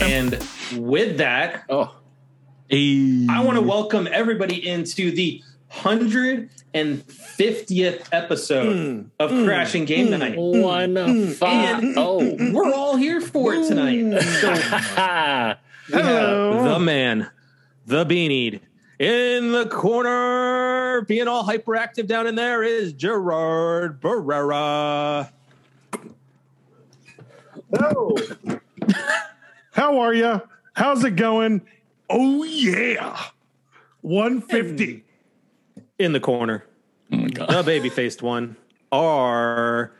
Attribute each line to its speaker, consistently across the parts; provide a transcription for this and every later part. Speaker 1: And with that,
Speaker 2: Oh,
Speaker 1: I want to welcome everybody into the 150th episode of Crashing Game Night.
Speaker 2: one five.
Speaker 1: and-
Speaker 2: Oh,
Speaker 1: We're all here for it
Speaker 3: Mm. Hmm.
Speaker 1: tonight. So
Speaker 4: Hello.
Speaker 1: the man, the beanied in the corner, being all hyperactive down in there is Gerard Barrera.
Speaker 4: Hello. How are you? How's it going? Oh yeah. 150.
Speaker 1: in the corner. The baby faced one. Our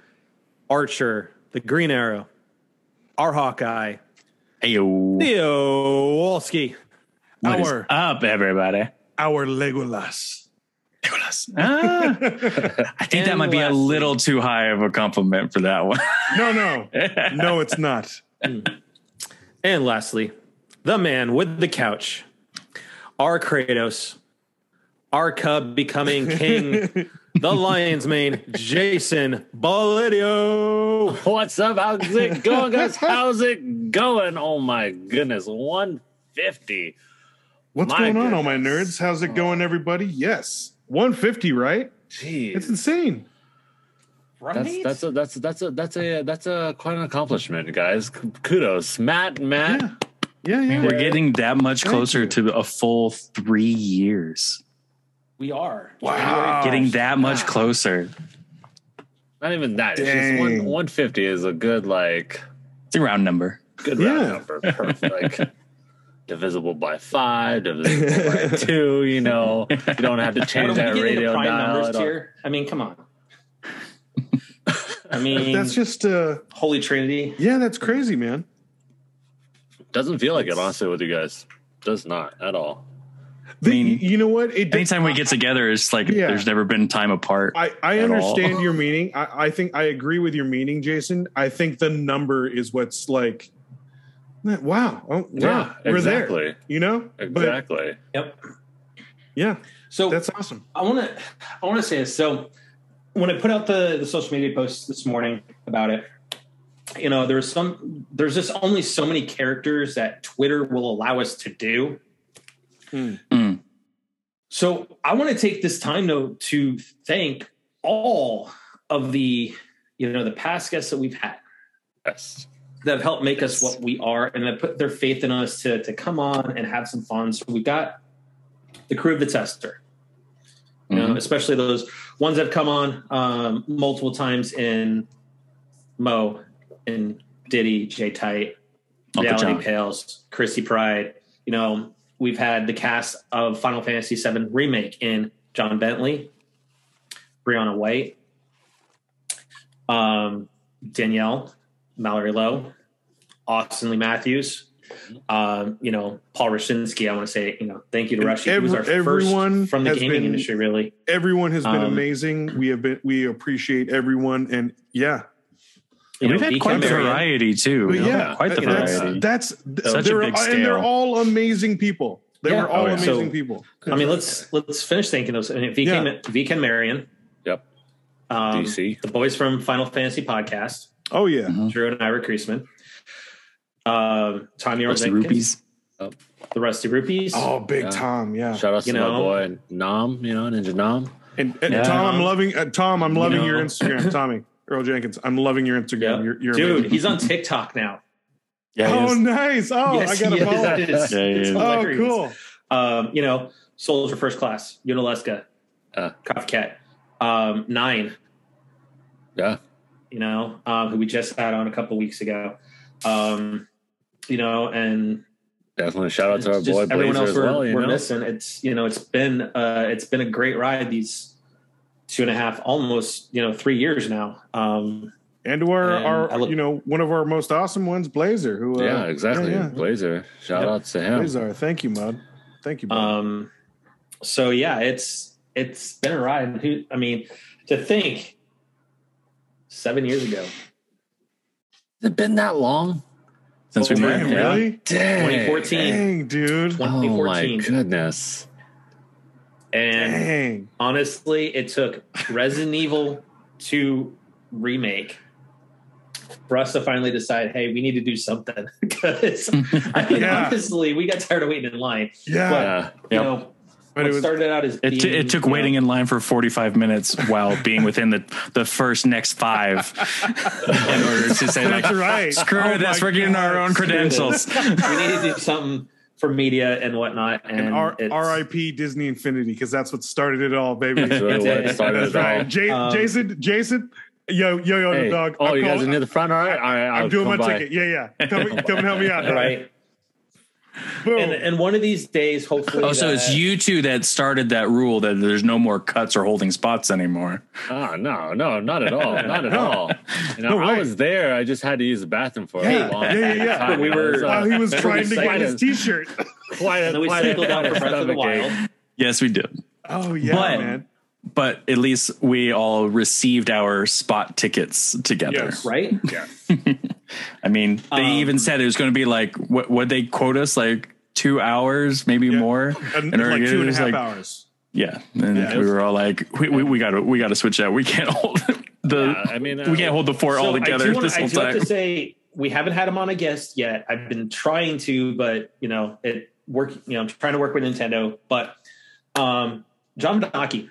Speaker 1: Archer, the Green Arrow, our Hawkeye,
Speaker 2: Ayo.
Speaker 1: Theo Wolski.
Speaker 2: What is
Speaker 4: Our-
Speaker 2: up, everybody?
Speaker 4: Our Legolas.
Speaker 2: Nicholas. Ah, I think that
Speaker 1: And
Speaker 2: might be a
Speaker 1: Wesley.
Speaker 2: little too high of a compliment for that one.
Speaker 4: No, no. No, it's not.
Speaker 1: And lastly, the man with the couch, our Kratos, our cub becoming king, the lion's mane, Jason Balidio.
Speaker 3: What's up? How's it going, guys? How's it going? Oh my goodness, 150.
Speaker 4: What's
Speaker 3: My
Speaker 4: going on, all my
Speaker 3: goodness.
Speaker 4: nerds? How's it going, everybody? Yes. 150, right? It's
Speaker 3: Jeez.
Speaker 4: insane.
Speaker 3: That's that's a that's that's a that's a that's a quite an accomplishment, guys. K- Kudos, Matt, Matt.
Speaker 4: Yeah. Yeah, yeah.
Speaker 2: We're getting that much
Speaker 4: Thank
Speaker 2: closer
Speaker 4: you.
Speaker 2: to a full three years.
Speaker 1: We are.
Speaker 4: Wow.
Speaker 2: Getting that much closer.
Speaker 3: Not even that. It's just
Speaker 4: Dang.
Speaker 3: one, 150 is a good like
Speaker 2: It's a round number.
Speaker 3: good
Speaker 4: Yeah.
Speaker 3: round number. Perfect. Like, divisible by five, divisible by two. You know, you don't have to
Speaker 1: What are
Speaker 3: change
Speaker 1: we
Speaker 3: that
Speaker 1: getting into
Speaker 3: radio
Speaker 1: prime
Speaker 3: dial.
Speaker 1: numbers
Speaker 3: at all.
Speaker 1: here? I mean, come on. I mean,
Speaker 4: That's just uh
Speaker 1: Holy Trinity.
Speaker 4: yeah, that's crazy, man.
Speaker 3: Doesn't feel like it, honestly, with you guys. Does not at all.
Speaker 4: The-
Speaker 2: mean,
Speaker 4: you know what? It does-
Speaker 2: Anytime we get together, it's like
Speaker 4: Yeah.
Speaker 2: there's never been time apart.
Speaker 4: I, I
Speaker 2: at all.
Speaker 4: understand your meaning. I, I think I agree with your meaning, Jason. I think the number is what's like, wow, oh, wow, we're
Speaker 3: exactly.
Speaker 4: there. You know, But
Speaker 3: Exactly.
Speaker 1: Yep.
Speaker 4: yeah,
Speaker 1: So
Speaker 4: that's awesome.
Speaker 1: I want to I want to say this. So when I put out the the social media post this morning about it, you know, there's some there's just only so many characters that Twitter will allow us to do.
Speaker 4: Hmm.
Speaker 2: Hmm.
Speaker 1: So I want to take this time though to thank all of the you know the past guests that we've had
Speaker 3: Yes.
Speaker 1: that have helped make us what we are and that put their faith in us to to come on and have some fun. So we've got the crew of the tester you know,
Speaker 4: Mm-hmm.
Speaker 2: Mhm.
Speaker 1: especially those ones that have come on um, multiple times in Mo and Diddy, Jay Tight,
Speaker 2: Uncle
Speaker 1: Reality
Speaker 2: John.
Speaker 1: Pales, Chrissy Pride. You know, we've had the cast of Final Fantasy VII Remake in John Bentley, Brianna White, um, Danielle, Mallory Lowe, Austin Lee Matthews. Um, you know, Paul Rashinsky, I want to say, you know, thank you to
Speaker 4: Mm-hmm. And
Speaker 1: Rushy. He was our
Speaker 4: every- everyone
Speaker 1: first from the
Speaker 4: has
Speaker 1: gaming
Speaker 4: been-
Speaker 1: industry, really.
Speaker 4: Everyone has been
Speaker 1: Um,
Speaker 4: amazing. We have been. We appreciate everyone, and yeah,
Speaker 1: You
Speaker 2: We've
Speaker 1: know,
Speaker 2: had
Speaker 1: Deacon
Speaker 2: quite the
Speaker 1: Marion.
Speaker 2: variety too.
Speaker 4: but
Speaker 2: We've had
Speaker 4: yeah,
Speaker 2: quite the
Speaker 4: that's,
Speaker 2: variety.
Speaker 4: That's
Speaker 2: Such a
Speaker 4: they're-
Speaker 2: big
Speaker 4: and
Speaker 2: scale.
Speaker 4: they're all amazing people. They
Speaker 1: Yeah.
Speaker 4: were all
Speaker 2: Oh, yeah.
Speaker 4: amazing
Speaker 1: So-
Speaker 4: people.
Speaker 1: I mean, let's let's finish thanking those. I mean, V.
Speaker 4: Yeah.
Speaker 1: Ken, v. Ken Marion,
Speaker 3: Yep.
Speaker 1: um,
Speaker 3: DC.
Speaker 1: the boys from Final Fantasy podcast,
Speaker 4: Oh yeah,
Speaker 1: Drew and Ira Kreisman, um, Tommy
Speaker 2: Rusty
Speaker 1: Jenkins,
Speaker 2: rupees.
Speaker 1: the Rusty Rupees.
Speaker 4: oh big
Speaker 3: Yeah.
Speaker 4: Tom, yeah,
Speaker 3: Shout out
Speaker 1: You
Speaker 3: to
Speaker 1: know.
Speaker 3: my boy Nom, you know, Ninja Nom.
Speaker 4: and, and
Speaker 2: Yeah.
Speaker 4: Tom, I'm loving uh, Tom. I'm loving
Speaker 1: know.
Speaker 4: your Instagram, Tommy Earl Jenkins. I'm loving your Instagram.
Speaker 1: Yeah.
Speaker 4: You're, you're
Speaker 1: dude,
Speaker 4: amazing.
Speaker 1: he's on TikTok now.
Speaker 2: Yeah,
Speaker 4: oh,
Speaker 2: yes.
Speaker 4: nice. Oh, I got
Speaker 1: he
Speaker 4: to
Speaker 1: is.
Speaker 4: follow.
Speaker 1: It is.
Speaker 2: Yeah, he
Speaker 1: It's
Speaker 2: is.
Speaker 4: Oh,
Speaker 1: hilarious.
Speaker 4: cool.
Speaker 1: Um, you know, Soldier First Class, Unalaska,
Speaker 3: Uh.
Speaker 1: Cough Cat, um, Nine.
Speaker 3: Yeah.
Speaker 1: you know, um, who we just had on a couple weeks ago. Um, you know, and
Speaker 3: Definitely shout out to our
Speaker 1: it's just
Speaker 3: boy
Speaker 1: everyone
Speaker 3: Blazer
Speaker 1: else
Speaker 3: as
Speaker 1: we're,
Speaker 3: well, you
Speaker 1: we're
Speaker 3: know.
Speaker 1: missing. It's you know, it's been uh, it's been a great ride these two and a half, almost you know, three years now. Um,
Speaker 4: And to our,
Speaker 1: And I
Speaker 4: our
Speaker 1: look-
Speaker 4: you know, one of our most awesome ones, Blazer. Who? Uh,
Speaker 3: yeah, exactly.
Speaker 4: yeah,
Speaker 3: Blazer. Shout
Speaker 1: Yep.
Speaker 3: out to him.
Speaker 4: Blazer. Thank you, Mud. Thank you, bud.
Speaker 1: um, so yeah, it's it's been a ride. Who- I mean, to think seven years ago,
Speaker 3: Has it been that long?
Speaker 2: Since we
Speaker 1: Oh,
Speaker 2: met.
Speaker 4: Damn,
Speaker 1: yeah.
Speaker 4: really?
Speaker 3: Dang.
Speaker 1: 2014,
Speaker 4: Dang, dude.
Speaker 3: Oh my
Speaker 1: 2014,
Speaker 3: goodness.
Speaker 1: and
Speaker 4: Dang.
Speaker 1: honestly, it took Resident Evil 2 remake for us to finally decide, hey, we need to do something because I mean,
Speaker 4: Yeah.
Speaker 1: honestly, we got tired of waiting in line.
Speaker 4: Yeah,
Speaker 3: Yeah.
Speaker 1: You
Speaker 2: Yep.
Speaker 1: know,
Speaker 4: but
Speaker 1: what
Speaker 4: it was
Speaker 1: started out as
Speaker 2: It, t-
Speaker 1: being,
Speaker 2: it took
Speaker 1: you know,
Speaker 2: waiting in line for 45 minutes while being within the, the first next five in order to say, like,
Speaker 4: that's right.
Speaker 2: screw
Speaker 4: Oh
Speaker 2: this,
Speaker 4: my
Speaker 2: we're getting our
Speaker 4: God.
Speaker 2: own credentials.
Speaker 1: we need to do something for media and whatnot. And,
Speaker 4: And R-
Speaker 1: it's-
Speaker 4: RIP Disney Infinity because that's what started it all, baby.
Speaker 3: So
Speaker 4: That's
Speaker 3: what started it all.
Speaker 4: right. Ja-
Speaker 1: Um,
Speaker 4: Jason, Jason, yo, yo, yo,
Speaker 3: Hey,
Speaker 4: dog.
Speaker 3: oh,
Speaker 4: I'm
Speaker 3: you guys
Speaker 4: calling-
Speaker 3: are near the front? All right. All right I'll
Speaker 4: I'm doing my
Speaker 3: come by.
Speaker 4: ticket. Yeah, yeah. Come, come and help me out.
Speaker 1: right?
Speaker 4: Boom.
Speaker 1: And, and one of these days, hopefully.
Speaker 2: Oh, so it's
Speaker 1: that-
Speaker 2: you two that started that rule that there's no more cuts or holding spots anymore.
Speaker 3: Oh, no, no, not at all. Not at all. You know,
Speaker 4: No
Speaker 3: I
Speaker 4: way.
Speaker 3: was there. I just had to use the bathroom for
Speaker 4: Yeah.
Speaker 3: a long
Speaker 4: Yeah, yeah, yeah.
Speaker 3: time.
Speaker 1: We
Speaker 3: It was,
Speaker 1: were-
Speaker 4: While he was
Speaker 1: Uh,
Speaker 4: trying to get
Speaker 3: excited.
Speaker 4: his T-shirt.
Speaker 3: quite a,
Speaker 1: And then we
Speaker 3: quite a-
Speaker 1: cycled out
Speaker 3: quite a
Speaker 1: for Breath of the
Speaker 3: stomach
Speaker 1: Wild.
Speaker 3: ache.
Speaker 2: Yes, we did.
Speaker 4: Oh yeah,
Speaker 2: But-
Speaker 4: man.
Speaker 2: But at least we all received our spot tickets together.
Speaker 4: Yes.
Speaker 1: Right?
Speaker 4: Yeah.
Speaker 2: I mean,
Speaker 1: Um,
Speaker 2: they even said it was going to be like what would they quote us like two hours, maybe
Speaker 4: Yeah.
Speaker 2: more.
Speaker 4: And,
Speaker 2: In order
Speaker 4: like
Speaker 2: to
Speaker 4: two
Speaker 2: get
Speaker 4: and
Speaker 2: it,
Speaker 4: a
Speaker 2: it's
Speaker 4: half
Speaker 2: like-
Speaker 4: hours.
Speaker 2: Yeah, and
Speaker 4: Yeah.
Speaker 2: we were all like, we, we, we gotta we gotta switch that. We can't hold the
Speaker 3: Yeah, I mean, uh,
Speaker 2: we can't hold the four all
Speaker 1: I
Speaker 2: together
Speaker 1: do, wanna-
Speaker 2: this
Speaker 1: I
Speaker 2: whole
Speaker 1: do have
Speaker 2: time.
Speaker 1: to say we haven't had him on a guest yet. I've been trying to, but you know, it work. You know, I'm trying to work with Nintendo. But um, John Vadaki,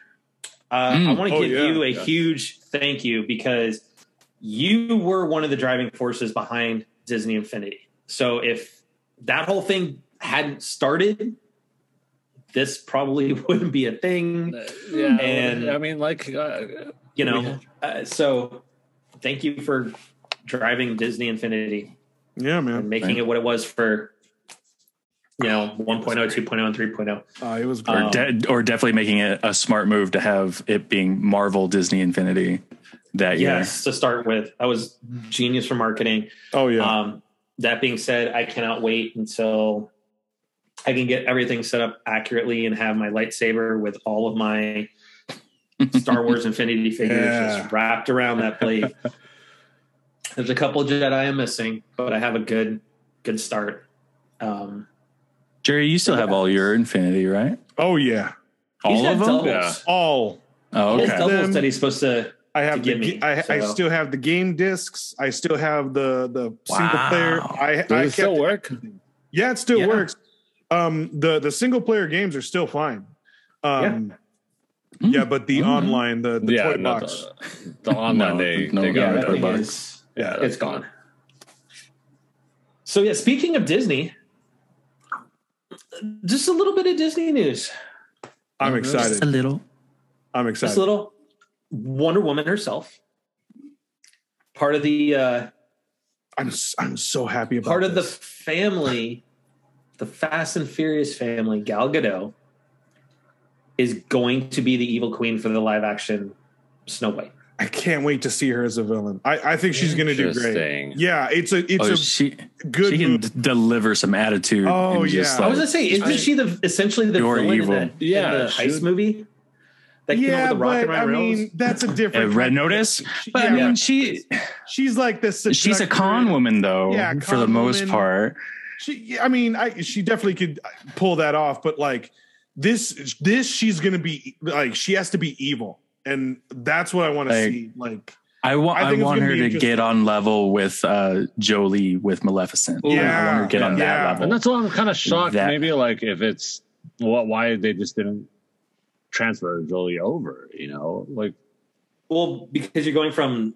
Speaker 1: uh, I
Speaker 2: Mm.
Speaker 1: want to
Speaker 4: Oh,
Speaker 1: give
Speaker 4: yeah.
Speaker 1: you a
Speaker 3: Yeah.
Speaker 1: huge thank you because you were one of the driving forces behind Disney Infinity. So if that whole thing hadn't started, this probably wouldn't be a thing.
Speaker 3: uh, Yeah,
Speaker 1: And-
Speaker 3: I mean, like, uh,
Speaker 1: You
Speaker 3: Yeah.
Speaker 1: know, uh, so thank you for driving Disney Infinity
Speaker 4: Yeah, man.
Speaker 1: and making
Speaker 2: Right.
Speaker 1: it what it was for you know oh, 1.0 2.0 and 3.0
Speaker 4: Uh, it was great.
Speaker 2: or,
Speaker 1: Um,
Speaker 2: de- or definitely making it a smart move to have it being Marvel Disney Infinity that year.
Speaker 1: yes to start with that was genius for marketing
Speaker 4: oh yeah.
Speaker 1: um that being said i cannot wait until i can get everything set up accurately and have my lightsaber with all of my star wars infinity figures
Speaker 4: Yeah.
Speaker 1: just wrapped around that plate there's a couple jedi i'm missing but i have a good good start um
Speaker 2: Jerry, you still have all your Infinity, right?
Speaker 4: oh yeah.
Speaker 1: he's
Speaker 2: All
Speaker 1: got
Speaker 2: of them.
Speaker 1: doubles.
Speaker 3: Yeah.
Speaker 4: All
Speaker 2: Oh,
Speaker 1: He has
Speaker 2: okay.
Speaker 4: double-
Speaker 1: doubles
Speaker 4: Them-
Speaker 1: that he's supposed to
Speaker 4: I have the,
Speaker 1: give me,
Speaker 4: ga- I, I
Speaker 1: so-
Speaker 4: still have the game discs. I still have the the single
Speaker 2: Wow.
Speaker 4: player. I, I
Speaker 3: does it
Speaker 4: kept,
Speaker 3: still work?
Speaker 4: yeah, it still
Speaker 1: Yeah.
Speaker 4: works. Um, the the single player games are still fine. Um, yeah.
Speaker 2: Mm.
Speaker 4: but the
Speaker 2: Mm.
Speaker 4: online the, the
Speaker 3: yeah,
Speaker 4: toy
Speaker 3: no,
Speaker 4: box.
Speaker 3: the, the online
Speaker 2: No,
Speaker 3: they,
Speaker 2: no,
Speaker 3: they
Speaker 2: no,
Speaker 3: got
Speaker 2: no,
Speaker 3: rid
Speaker 2: no.
Speaker 3: of.
Speaker 1: thing
Speaker 2: box.
Speaker 1: is-
Speaker 4: Yeah.
Speaker 1: it's gone. So yeah, speaking of Disney, just a little bit of Disney news.
Speaker 4: I'm excited.
Speaker 2: little.
Speaker 4: I'm
Speaker 1: Just
Speaker 4: excited.
Speaker 1: a little Wonder Woman herself. Part of the uh,
Speaker 4: I'm s- I'm so happy about
Speaker 1: part of the
Speaker 4: this.
Speaker 1: family, the Fast and Furious family, Gal Gadot is going to be the evil queen for the live action Snow White.
Speaker 4: I can't wait to see her as a villain. I, I think she's gonna do great.
Speaker 3: Interesting.
Speaker 4: Yeah, it's a it's
Speaker 2: oh,
Speaker 4: a
Speaker 2: she
Speaker 4: good
Speaker 2: she can
Speaker 4: move.
Speaker 2: d- deliver some attitude.
Speaker 4: Oh,
Speaker 2: and
Speaker 4: yeah.
Speaker 2: just,
Speaker 1: I
Speaker 2: like-
Speaker 1: was gonna say, isn't
Speaker 3: I-
Speaker 1: she the essentially the
Speaker 2: You're
Speaker 1: villain
Speaker 2: evil.
Speaker 1: in the,
Speaker 3: Yeah,
Speaker 1: in the
Speaker 3: she
Speaker 1: heist
Speaker 3: was-
Speaker 1: movie that came
Speaker 4: yeah,
Speaker 1: up with the rocket
Speaker 4: but
Speaker 1: and
Speaker 4: I
Speaker 1: Rose?
Speaker 4: mean that's a
Speaker 2: Uh,
Speaker 4: different.
Speaker 2: Red Notice,
Speaker 4: She-
Speaker 2: but I
Speaker 4: yeah,
Speaker 2: mean, she
Speaker 4: she's like this.
Speaker 2: she's a con woman though,
Speaker 4: Yeah,
Speaker 2: for the
Speaker 4: con
Speaker 2: most
Speaker 4: woman.
Speaker 2: part.
Speaker 4: She, yeah, I mean, I she definitely could pull that off, but like this, this she's gonna be like she has to be evil, and that's what I want to
Speaker 2: Like-
Speaker 4: see. Like,
Speaker 2: I want
Speaker 4: I
Speaker 2: I,
Speaker 4: think it's
Speaker 2: want
Speaker 4: gonna
Speaker 2: her
Speaker 4: be
Speaker 2: to
Speaker 4: interesting.
Speaker 2: get on level with uh, Jolie with Maleficent.
Speaker 3: Ooh.
Speaker 2: I want her to get on
Speaker 4: Yeah.
Speaker 2: that level.
Speaker 3: And that's why I'm kind of shocked.
Speaker 2: That-
Speaker 3: Maybe like if it's what, why they just didn't transfer Jolie over, you know, like
Speaker 1: Well, because you're going from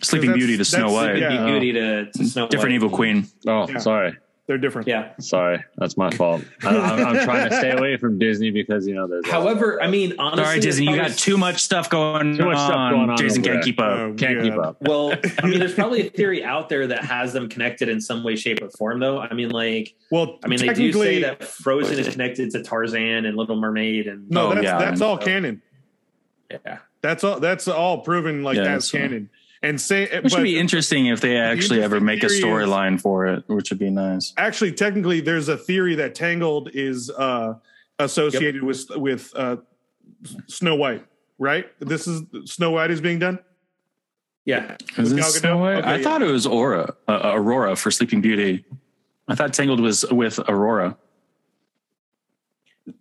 Speaker 2: Sleeping
Speaker 4: that's-
Speaker 2: Beauty to Snow
Speaker 4: that's-
Speaker 2: White.
Speaker 4: yeah.
Speaker 1: Sleeping Beauty to, to Snow
Speaker 2: Different
Speaker 1: White.
Speaker 2: evil queen.
Speaker 3: oh,
Speaker 4: Yeah.
Speaker 3: sorry,
Speaker 4: they're different.
Speaker 1: Yeah.
Speaker 3: sorry, that's my fault. I, I'm, I'm trying to stay away from Disney because you know there's a-
Speaker 1: However, I mean, honestly,
Speaker 2: Sorry, Disney, you got
Speaker 1: there's
Speaker 2: too much stuff going
Speaker 3: Too much
Speaker 2: on.
Speaker 3: stuff going on
Speaker 2: Jason
Speaker 3: over
Speaker 2: can't
Speaker 3: there.
Speaker 2: keep up.
Speaker 4: Oh,
Speaker 3: can't keep
Speaker 4: God.
Speaker 3: up.
Speaker 1: probably- Well, I mean, there's probably a theory out there that has them connected in some way, shape, or form, though. I mean, like,
Speaker 4: Well,
Speaker 1: I mean, they do say that Frozen is connected to Tarzan and Little Mermaid, and
Speaker 4: No,
Speaker 2: Oh,
Speaker 4: that's
Speaker 2: yeah.
Speaker 4: that's all canon.
Speaker 1: yeah,
Speaker 4: That's all. That's all proven. Like
Speaker 2: Yeah,
Speaker 4: that's
Speaker 2: that's fine.
Speaker 4: canon. And say,
Speaker 2: Which
Speaker 4: but
Speaker 2: would be interesting if they actually ever
Speaker 4: interesting
Speaker 2: make a
Speaker 4: theory is-
Speaker 2: storyline for it, which would be nice.
Speaker 4: actually, technically, there's a theory that Tangled is uh associated with with uh Snow White. Right. This is Snow White is being done.
Speaker 1: yeah.
Speaker 2: Is
Speaker 4: With
Speaker 2: it
Speaker 4: Gal Gadot?
Speaker 2: Snow White?
Speaker 4: Okay,
Speaker 2: I
Speaker 4: yeah.
Speaker 2: thought it was Aura, uh, Aurora for Sleeping Beauty. I thought Tangled was with Aurora.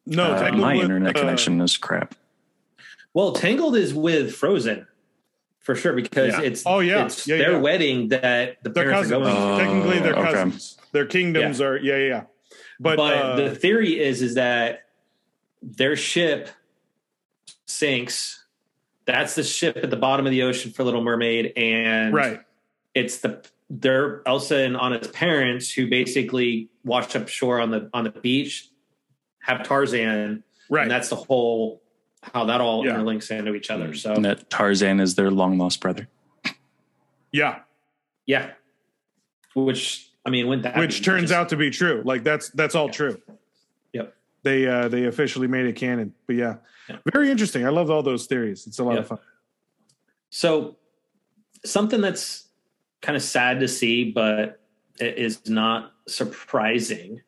Speaker 4: No,
Speaker 2: Uh,
Speaker 4: Oh, Tangled
Speaker 2: my
Speaker 4: was,
Speaker 2: internet
Speaker 4: uh,
Speaker 2: connection is crap.
Speaker 1: Well, Tangled is with Frozen. for sure because
Speaker 2: Yeah.
Speaker 1: it's
Speaker 4: Oh, yeah.
Speaker 1: it's
Speaker 4: Yeah,
Speaker 1: their
Speaker 4: yeah.
Speaker 1: wedding that the
Speaker 4: They're
Speaker 1: parents are going.
Speaker 4: cousins.
Speaker 1: to.
Speaker 2: Oh,
Speaker 4: Technically, they're
Speaker 2: okay.
Speaker 4: cousins. Their kingdoms are yeah, yeah. yeah. But,
Speaker 1: But,
Speaker 4: uh,
Speaker 1: the theory is is that their ship sinks. That's the ship at the bottom of the ocean for Little Mermaid, and
Speaker 4: right,
Speaker 1: it's the their Elsa and Anna's parents who basically wash up shore on the on the beach, have Tarzan,
Speaker 4: right.
Speaker 1: and that's the whole how that all
Speaker 4: Yeah.
Speaker 1: interlinks into each other. So
Speaker 2: And that Tarzan is their long lost brother.
Speaker 4: yeah,
Speaker 1: yeah, which I mean, when that
Speaker 4: which turns out to be true. Like that's that's all true.
Speaker 1: Yep.
Speaker 4: They uh they officially made it canon. But yeah.
Speaker 1: Yeah.
Speaker 4: Very interesting. I love all those theories. It's a lot of
Speaker 1: Yeah.
Speaker 4: fun.
Speaker 1: So something that's kind of sad to see, but it is not surprising.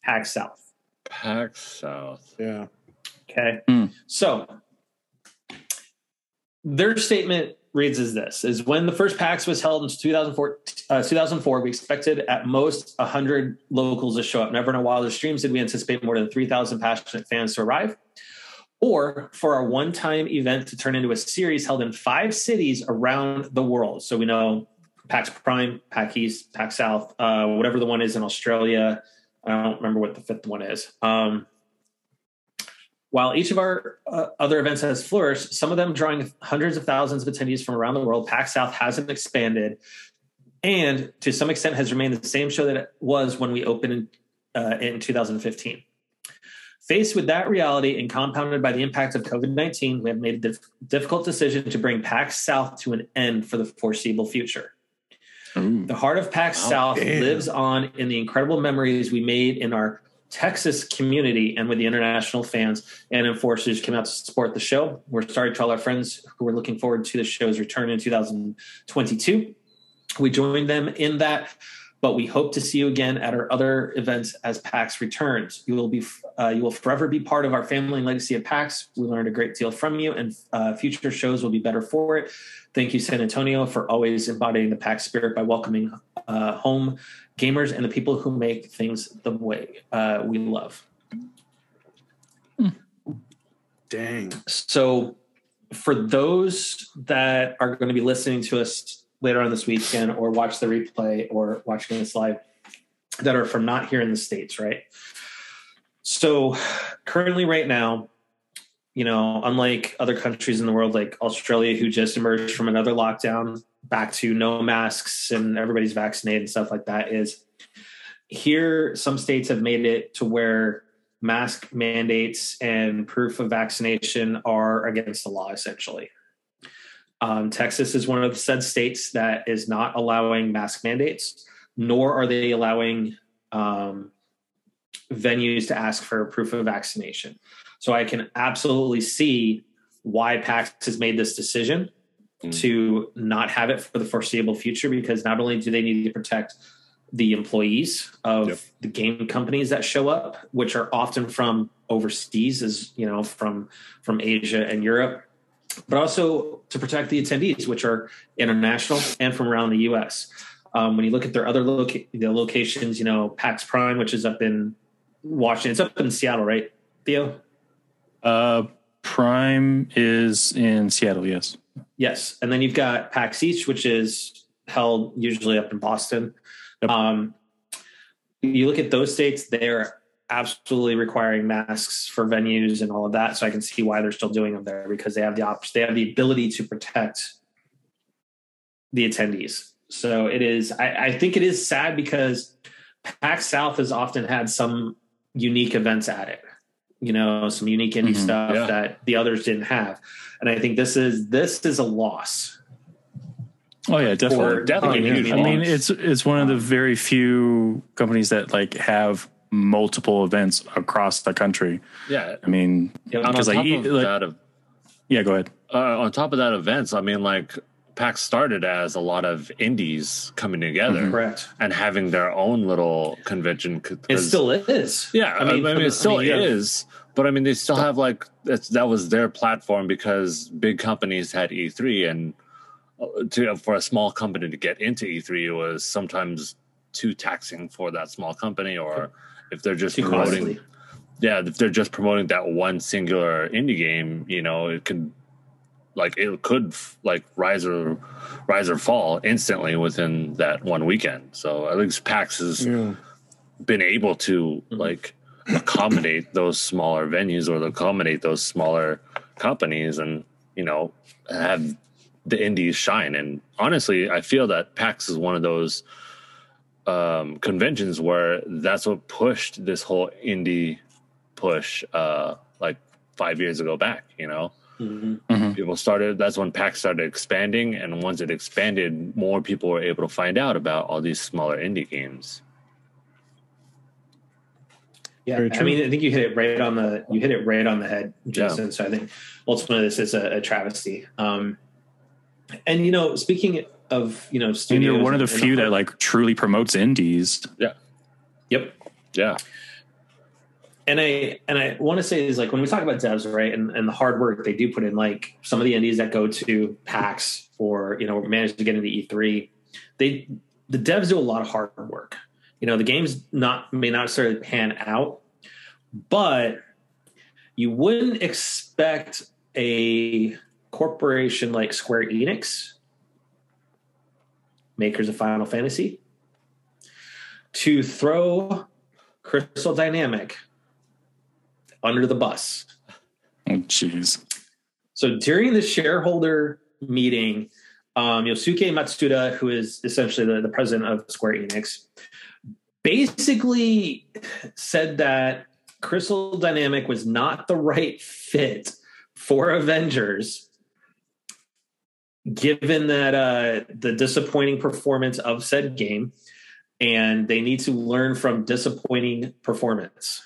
Speaker 1: Hack South.
Speaker 3: Pack South.
Speaker 4: Yeah.
Speaker 1: Okay.
Speaker 2: Hmm.
Speaker 1: So their statement reads as this is when the first PAX was held in 2004, uh, 2004 we expected at most 100 locals to show up. Never in a wild streams did we anticipate more than 3,000 passionate fans to arrive. Or for our one time event to turn into a series held in five cities around the world. So we know PAX Prime, PAX East, PAX South, uh, whatever the one is in Australia. I don't remember what the fifth one is. Um, while each of our uh, other events has flourished, some of them drawing hundreds of thousands of attendees from around the world, Pack South hasn't expanded and to some extent has remained the same show that it was when we opened uh, in 2015. Faced with that reality and compounded by the impact of COVID 19, we have made a dif- difficult decision to bring PAX South to an end for the foreseeable future. The heart of PAX
Speaker 3: Wow.
Speaker 1: South
Speaker 4: Damn.
Speaker 1: lives on in the incredible memories we made in our Texas community and with the international fans and enforcers who came out to support the show. We're sorry to all our friends who were looking forward to the show's return in 2022. We joined them in that, but we hope to see you again at our other events as PAX returns. You will be, uh, you will forever be part of our family and legacy at PAX. We learned a great deal from you, and uh, future shows will be better for it. Thank you, San Antonio, for always embodying the PAX spirit by welcoming uh, home gamers and the people who make things the way uh, we love.
Speaker 4: Dang.
Speaker 1: So, for those that are going to be listening to us later on this weekend, or watch the replay, or watching this live, that are from not here in the states, right? So, currently, right now, you know, unlike other countries in the world, like Australia, who just emerged from another lockdown back to no masks and everybody's vaccinated and stuff like that, is here some states have made it to where mask mandates and proof of vaccination are against the law, essentially. Um, Texas is one of the said states that is not allowing mask mandates, nor are they allowing um, venues to ask for proof of vaccination. So I can absolutely see why PAX has made this decision
Speaker 3: Mm.
Speaker 1: to not have it for the foreseeable future because not only do they need to protect the employees of
Speaker 3: Yep.
Speaker 1: the game companies that show up, which are often from overseas, as you know, from from Asia and Europe, but also to protect the attendees, which are international and from around the U.S. Um, when you look at their other loca- the locations, you know, PAX Prime, which is up in Washington, it's up in Seattle, right, Theo?
Speaker 2: Uh, Prime is in Seattle, yes.
Speaker 1: Yes, and then you've got PAX East, which is held usually up in Boston.
Speaker 2: Yep.
Speaker 1: Um, you look at those states; they're absolutely requiring masks for venues and all of that. So I can see why they're still doing them there because they have the op- they have the ability to protect the attendees. So it is. I, I think it is sad because PAX South has often had some unique events at it. You know, some unique indie
Speaker 2: Mhm,
Speaker 1: stuff
Speaker 3: yeah.
Speaker 1: that the others didn't have and I think this is this is a loss.
Speaker 2: Oh yeah, definitely.
Speaker 1: Or-
Speaker 3: Definitely
Speaker 1: Oh, yeah.
Speaker 3: huge.
Speaker 2: I mean,
Speaker 3: loss.
Speaker 2: it's it's one of the very few companies that like have multiple events across the country.
Speaker 3: yeah.
Speaker 2: I mean,
Speaker 1: You know,
Speaker 3: And on
Speaker 2: Because,
Speaker 3: top
Speaker 2: like, e-
Speaker 3: of
Speaker 2: like-
Speaker 3: that, of-
Speaker 2: yeah, go ahead.
Speaker 3: uh, on top of that events, I mean, like PAX started as a lot of indies coming together
Speaker 2: Mm-hmm.
Speaker 1: correct.
Speaker 3: and having their own little convention. c-
Speaker 1: It
Speaker 3: 'cause-
Speaker 1: still is.
Speaker 3: yeah, I mean, I mean, it still
Speaker 1: yeah.
Speaker 3: is, but I mean, they still have like that's that was their platform because big companies had E3, and uh, to for a small company to get into E3 was sometimes too taxing for that small company, or if they're just
Speaker 1: Too
Speaker 3: promoting
Speaker 1: costly.
Speaker 3: yeah, if they're just promoting that one singular indie game, you know, it could like it could f- like rise or rise or fall instantly within that one weekend. So I think PAX has
Speaker 4: Yeah.
Speaker 3: been able to
Speaker 1: Mhm.
Speaker 3: like accommodate those smaller venues or accommodate those smaller companies, and you know have the indies shine. And honestly, I feel that PAX is one of those um, conventions where that's what pushed this whole indie push uh, like five years ago back. You know,
Speaker 4: Mm-hmm.
Speaker 1: Mhm.
Speaker 2: Mm-hmm.
Speaker 3: people started that's when pac started expanding and once it expanded more people were able to find out about all these smaller indie games
Speaker 1: Yeah,
Speaker 4: Very
Speaker 1: I
Speaker 4: true.
Speaker 1: mean, I think you hit it right on the you hit it right on the head, Jason. So I think ultimately this is a, a travesty. Um, and you know, speaking of you know,
Speaker 2: and
Speaker 1: studios
Speaker 2: you're one of the
Speaker 1: and-
Speaker 2: few that like truly promotes indies.
Speaker 1: Yep,
Speaker 3: yeah
Speaker 1: and I and I want to say is like when we talk about devs, right, and, and the hard work they do put in, like some of the indies that go to PAX or you know manage to get into E3, they the devs do a lot of hard work. You know, the games not may not necessarily pan out, but you wouldn't expect a corporation like Square Enix, makers of Final Fantasy, to throw Crystal Dynamic under the bus.
Speaker 2: Oh, jeez.
Speaker 1: So during the shareholder meeting, um, Yosuke Matsuda, who is essentially the, the president of Square Enix, basically said that Crystal Dynamic was not the right fit for Avengers, given that uh, the disappointing performance of said game, and they need to learn from disappointing performance,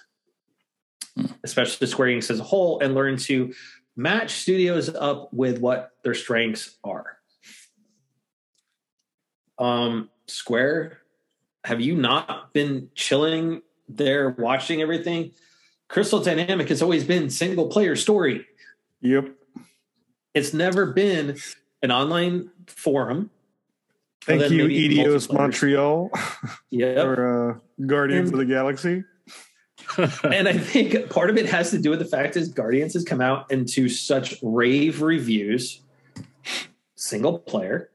Speaker 1: especially Square Enix as a whole, and learn to match studios up with what their strengths are. Um, Square, have you not been chilling there watching everything? Crystal Dynamic has always been single player story.
Speaker 4: Yep.
Speaker 1: It's never been an online forum.
Speaker 4: Thank
Speaker 1: then
Speaker 4: you, E
Speaker 1: maybe
Speaker 4: Edios
Speaker 1: multiplayer.
Speaker 4: Montreal
Speaker 1: Yeah.
Speaker 4: or uh, Guardians
Speaker 1: And-
Speaker 4: of the Galaxy.
Speaker 1: and I think part of it has to do with the fact is Guardians has come out into such rave reviews, single player,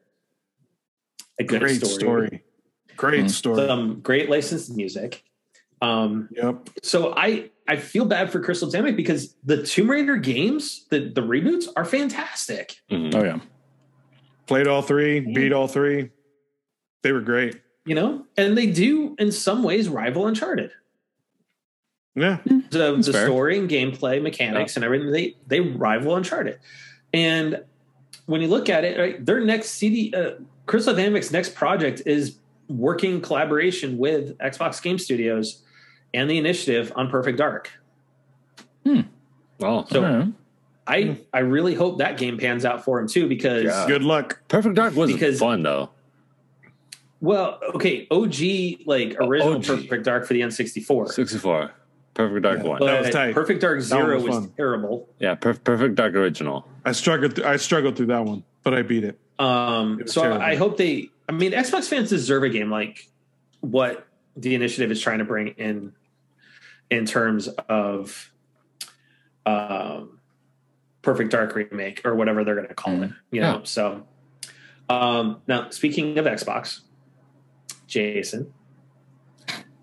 Speaker 1: a good
Speaker 4: Great story.
Speaker 1: story. Mm-hmm.
Speaker 4: Great
Speaker 2: Mhm.
Speaker 4: story.
Speaker 1: some great licensed music. Um,
Speaker 4: yep.
Speaker 1: so I I feel bad for Crystal Dynamic because the Tomb Raider games, the the reboots are fantastic.
Speaker 3: Mhm.
Speaker 2: Oh yeah.
Speaker 4: Played all three,
Speaker 1: Mm-hmm.
Speaker 4: beat all three. They were great.
Speaker 1: You know, and they do in some ways rival Uncharted.
Speaker 4: Yeah.
Speaker 1: The,
Speaker 2: That's
Speaker 1: the
Speaker 2: fair.
Speaker 1: story and gameplay mechanics and everything they they rival Uncharted. And when you look at it, right, their next CD, uh, Crystal Dynamics' next project is working collaboration with Xbox Game Studios and the Initiative on Perfect Dark.
Speaker 3: oh
Speaker 1: So-
Speaker 4: Uh-huh.
Speaker 2: Alright.
Speaker 1: I I really hope that game pans out for him too because
Speaker 3: Yeah.
Speaker 4: Good luck.
Speaker 3: perfect dark was
Speaker 1: Because-
Speaker 3: fun though
Speaker 1: well okay OG like original
Speaker 3: OG.
Speaker 1: Perfect Dark for the N64
Speaker 3: 64 perfect dark
Speaker 4: Yeah.
Speaker 3: one
Speaker 1: but
Speaker 4: was tight.
Speaker 1: Perfect Dark Zero
Speaker 4: was
Speaker 1: was,
Speaker 4: fun.
Speaker 1: terrible
Speaker 3: yeah per- perfect dark original
Speaker 4: I struggled. Th- I struggled through that one, but I beat it.
Speaker 1: um
Speaker 4: It was
Speaker 1: so
Speaker 4: terrible.
Speaker 1: I hope they I mean Xbox fans deserve a game like what the initiative is trying to bring in in terms of um Perfect Dark remake or whatever they're going to call it you know so um now speaking of Xbox Jason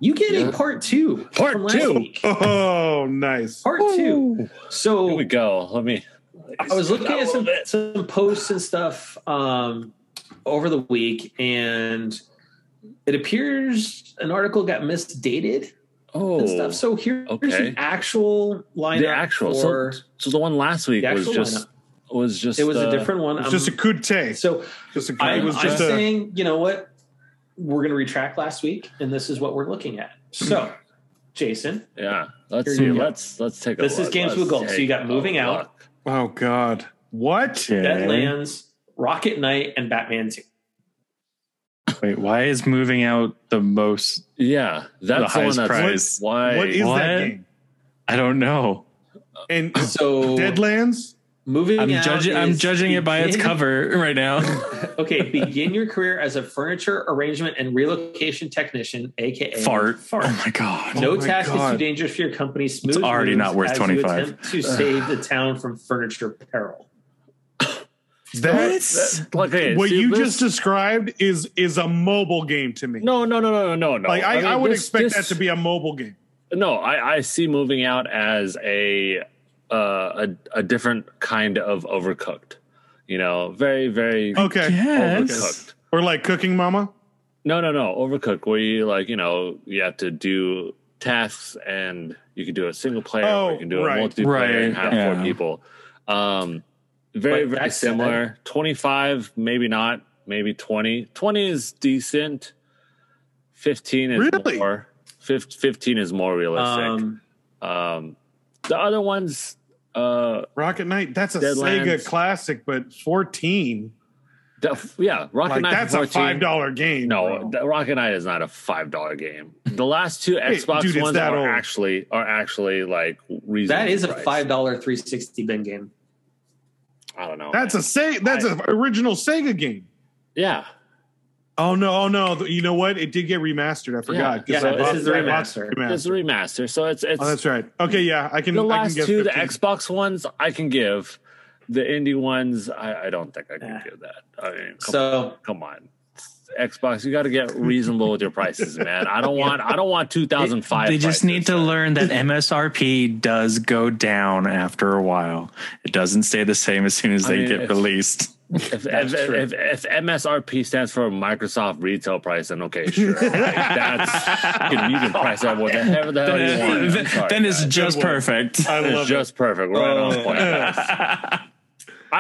Speaker 1: you get
Speaker 3: Yeah.
Speaker 1: a part 2
Speaker 3: Part
Speaker 1: from last
Speaker 3: two. Oh.
Speaker 1: week.
Speaker 4: Oh, nice.
Speaker 1: part 2 so
Speaker 3: here we go let me
Speaker 1: I was looking
Speaker 3: That
Speaker 1: at some,
Speaker 3: little bit.
Speaker 1: some posts and stuff um, over the week, and it appears an article got misdated
Speaker 3: oh
Speaker 1: and stuff. So here- here's
Speaker 3: okay.
Speaker 1: the actual lineup.
Speaker 3: the actual so,
Speaker 1: for-
Speaker 3: so the one last week
Speaker 1: The
Speaker 3: was
Speaker 1: actual
Speaker 3: just was just
Speaker 1: it was
Speaker 3: uh,
Speaker 1: a different one.
Speaker 4: It's
Speaker 1: I'm-
Speaker 4: just a coup de tête.
Speaker 1: um, so
Speaker 4: Just a coup-
Speaker 1: I,
Speaker 4: it was
Speaker 1: am
Speaker 4: just a.
Speaker 1: saying, you know what? We're going to retract last week, and this is what we're looking at. So, Jason,
Speaker 3: yeah let's
Speaker 1: Here
Speaker 3: see
Speaker 1: you go.
Speaker 3: let's let's take a
Speaker 1: This is
Speaker 3: look.
Speaker 1: Games with
Speaker 3: Let's
Speaker 1: Gold. So you
Speaker 3: take
Speaker 1: got
Speaker 3: a
Speaker 1: Moving Out.
Speaker 3: look.
Speaker 4: Oh God. What?
Speaker 2: Okay.
Speaker 1: Deadlands, Rocket Knight, and Batman 2.
Speaker 2: Wait, why is moving out the most?
Speaker 3: Yeah, that's the, one
Speaker 2: highest
Speaker 3: that's
Speaker 2: price.
Speaker 3: Why?
Speaker 4: What is
Speaker 2: what?
Speaker 4: that game?
Speaker 2: I don't know.
Speaker 4: And
Speaker 3: Oh.
Speaker 1: So,
Speaker 4: Deadlands.
Speaker 1: moving
Speaker 2: I'm
Speaker 1: out
Speaker 2: judging. I'm
Speaker 1: is
Speaker 2: judging it by its
Speaker 1: Begin-
Speaker 2: cover right now.
Speaker 1: Okay, begin your career as a furniture arrangement and relocation technician, aka
Speaker 2: fart. Oh my god.
Speaker 1: No
Speaker 4: Oh my
Speaker 1: task is
Speaker 4: God.
Speaker 1: too dangerous for your company. Smooth
Speaker 2: already
Speaker 1: moves
Speaker 2: not worth
Speaker 1: as you
Speaker 2: 25.
Speaker 1: attempt To save the town from furniture peril.
Speaker 4: That,
Speaker 2: What?
Speaker 3: Like, okay,
Speaker 4: what
Speaker 3: see,
Speaker 4: you
Speaker 3: this-
Speaker 4: just described is is a mobile game to me.
Speaker 3: no, no, no, no, no, no.
Speaker 4: like I,
Speaker 3: mean,
Speaker 4: I would
Speaker 3: this-
Speaker 4: expect
Speaker 3: this-
Speaker 4: that to be a mobile game.
Speaker 3: no I, I see moving out as a uh a, a different kind of overcooked you know very very
Speaker 4: Okay.
Speaker 2: Oh, Yes.
Speaker 3: overcooked
Speaker 4: Or like Cooking Mama.
Speaker 3: no no no overcooked where you like you know you have to do tasks and you can do a single player or
Speaker 4: Oh,
Speaker 3: you can do
Speaker 4: right.
Speaker 3: a multiplayer and
Speaker 2: Right,
Speaker 3: have
Speaker 2: yeah.
Speaker 3: four people um very very
Speaker 1: But that's-
Speaker 3: similar 25 maybe not maybe 20 20 is decent 15 is
Speaker 4: Really?
Speaker 3: more Fif- 15 is more realistic
Speaker 1: Um,
Speaker 3: um, the other ones, uh,
Speaker 4: Rocket Knight, that's a
Speaker 3: Deadlands.
Speaker 4: Sega classic, but 14.
Speaker 3: the, yeah, Rocket
Speaker 4: Like
Speaker 3: Knight.
Speaker 4: that's
Speaker 3: 14,
Speaker 4: a five dollar game.
Speaker 3: No,
Speaker 4: bro.
Speaker 3: the Rocket Knight is not a five dollar game.
Speaker 1: Hmm.
Speaker 3: The last two Xbox
Speaker 4: dude, it's
Speaker 3: ones
Speaker 4: that
Speaker 3: are
Speaker 4: old.
Speaker 3: actually are actually like reasonable.
Speaker 1: that is a
Speaker 3: price.
Speaker 1: five dollar three sixty bin game.
Speaker 3: I don't know.
Speaker 4: that's a Se- that's an original Sega game.
Speaker 3: yeah.
Speaker 4: Oh no, oh no. th- You know what? It did get remastered. I forgot. 'cause
Speaker 1: Yeah,
Speaker 4: I
Speaker 3: this
Speaker 4: bought-
Speaker 3: is the
Speaker 4: I bought
Speaker 1: remaster.
Speaker 4: the
Speaker 3: It's a remaster, so it's it's
Speaker 4: Oh, that's right. Okay, yeah, I can.
Speaker 3: the
Speaker 4: I can
Speaker 3: last
Speaker 4: guess
Speaker 3: two the
Speaker 4: 15.
Speaker 3: Xbox ones I can give. The indie ones I, I don't think I can
Speaker 1: Yeah.
Speaker 3: give that. I mean, come
Speaker 1: So
Speaker 3: come on xbox you got to get reasonable with your prices man i don't want i don't want 2005
Speaker 2: They just
Speaker 3: prices,
Speaker 2: need to
Speaker 3: man.
Speaker 2: learn that MSRP does go down after a while. It doesn't stay the same as soon as
Speaker 3: I
Speaker 2: they
Speaker 3: mean,
Speaker 2: get
Speaker 3: if-
Speaker 2: released.
Speaker 3: if, if,
Speaker 1: true.
Speaker 3: if, if msrp stands for microsoft retail price then okay sure Like, that's you can, you can price that whatever the hell you want I'm sorry,
Speaker 2: then it's
Speaker 3: guys.
Speaker 2: just
Speaker 4: Good one.
Speaker 2: perfect.
Speaker 4: I
Speaker 3: It's
Speaker 4: love
Speaker 3: just perfect right on
Speaker 1: Oh.
Speaker 3: point guys. I,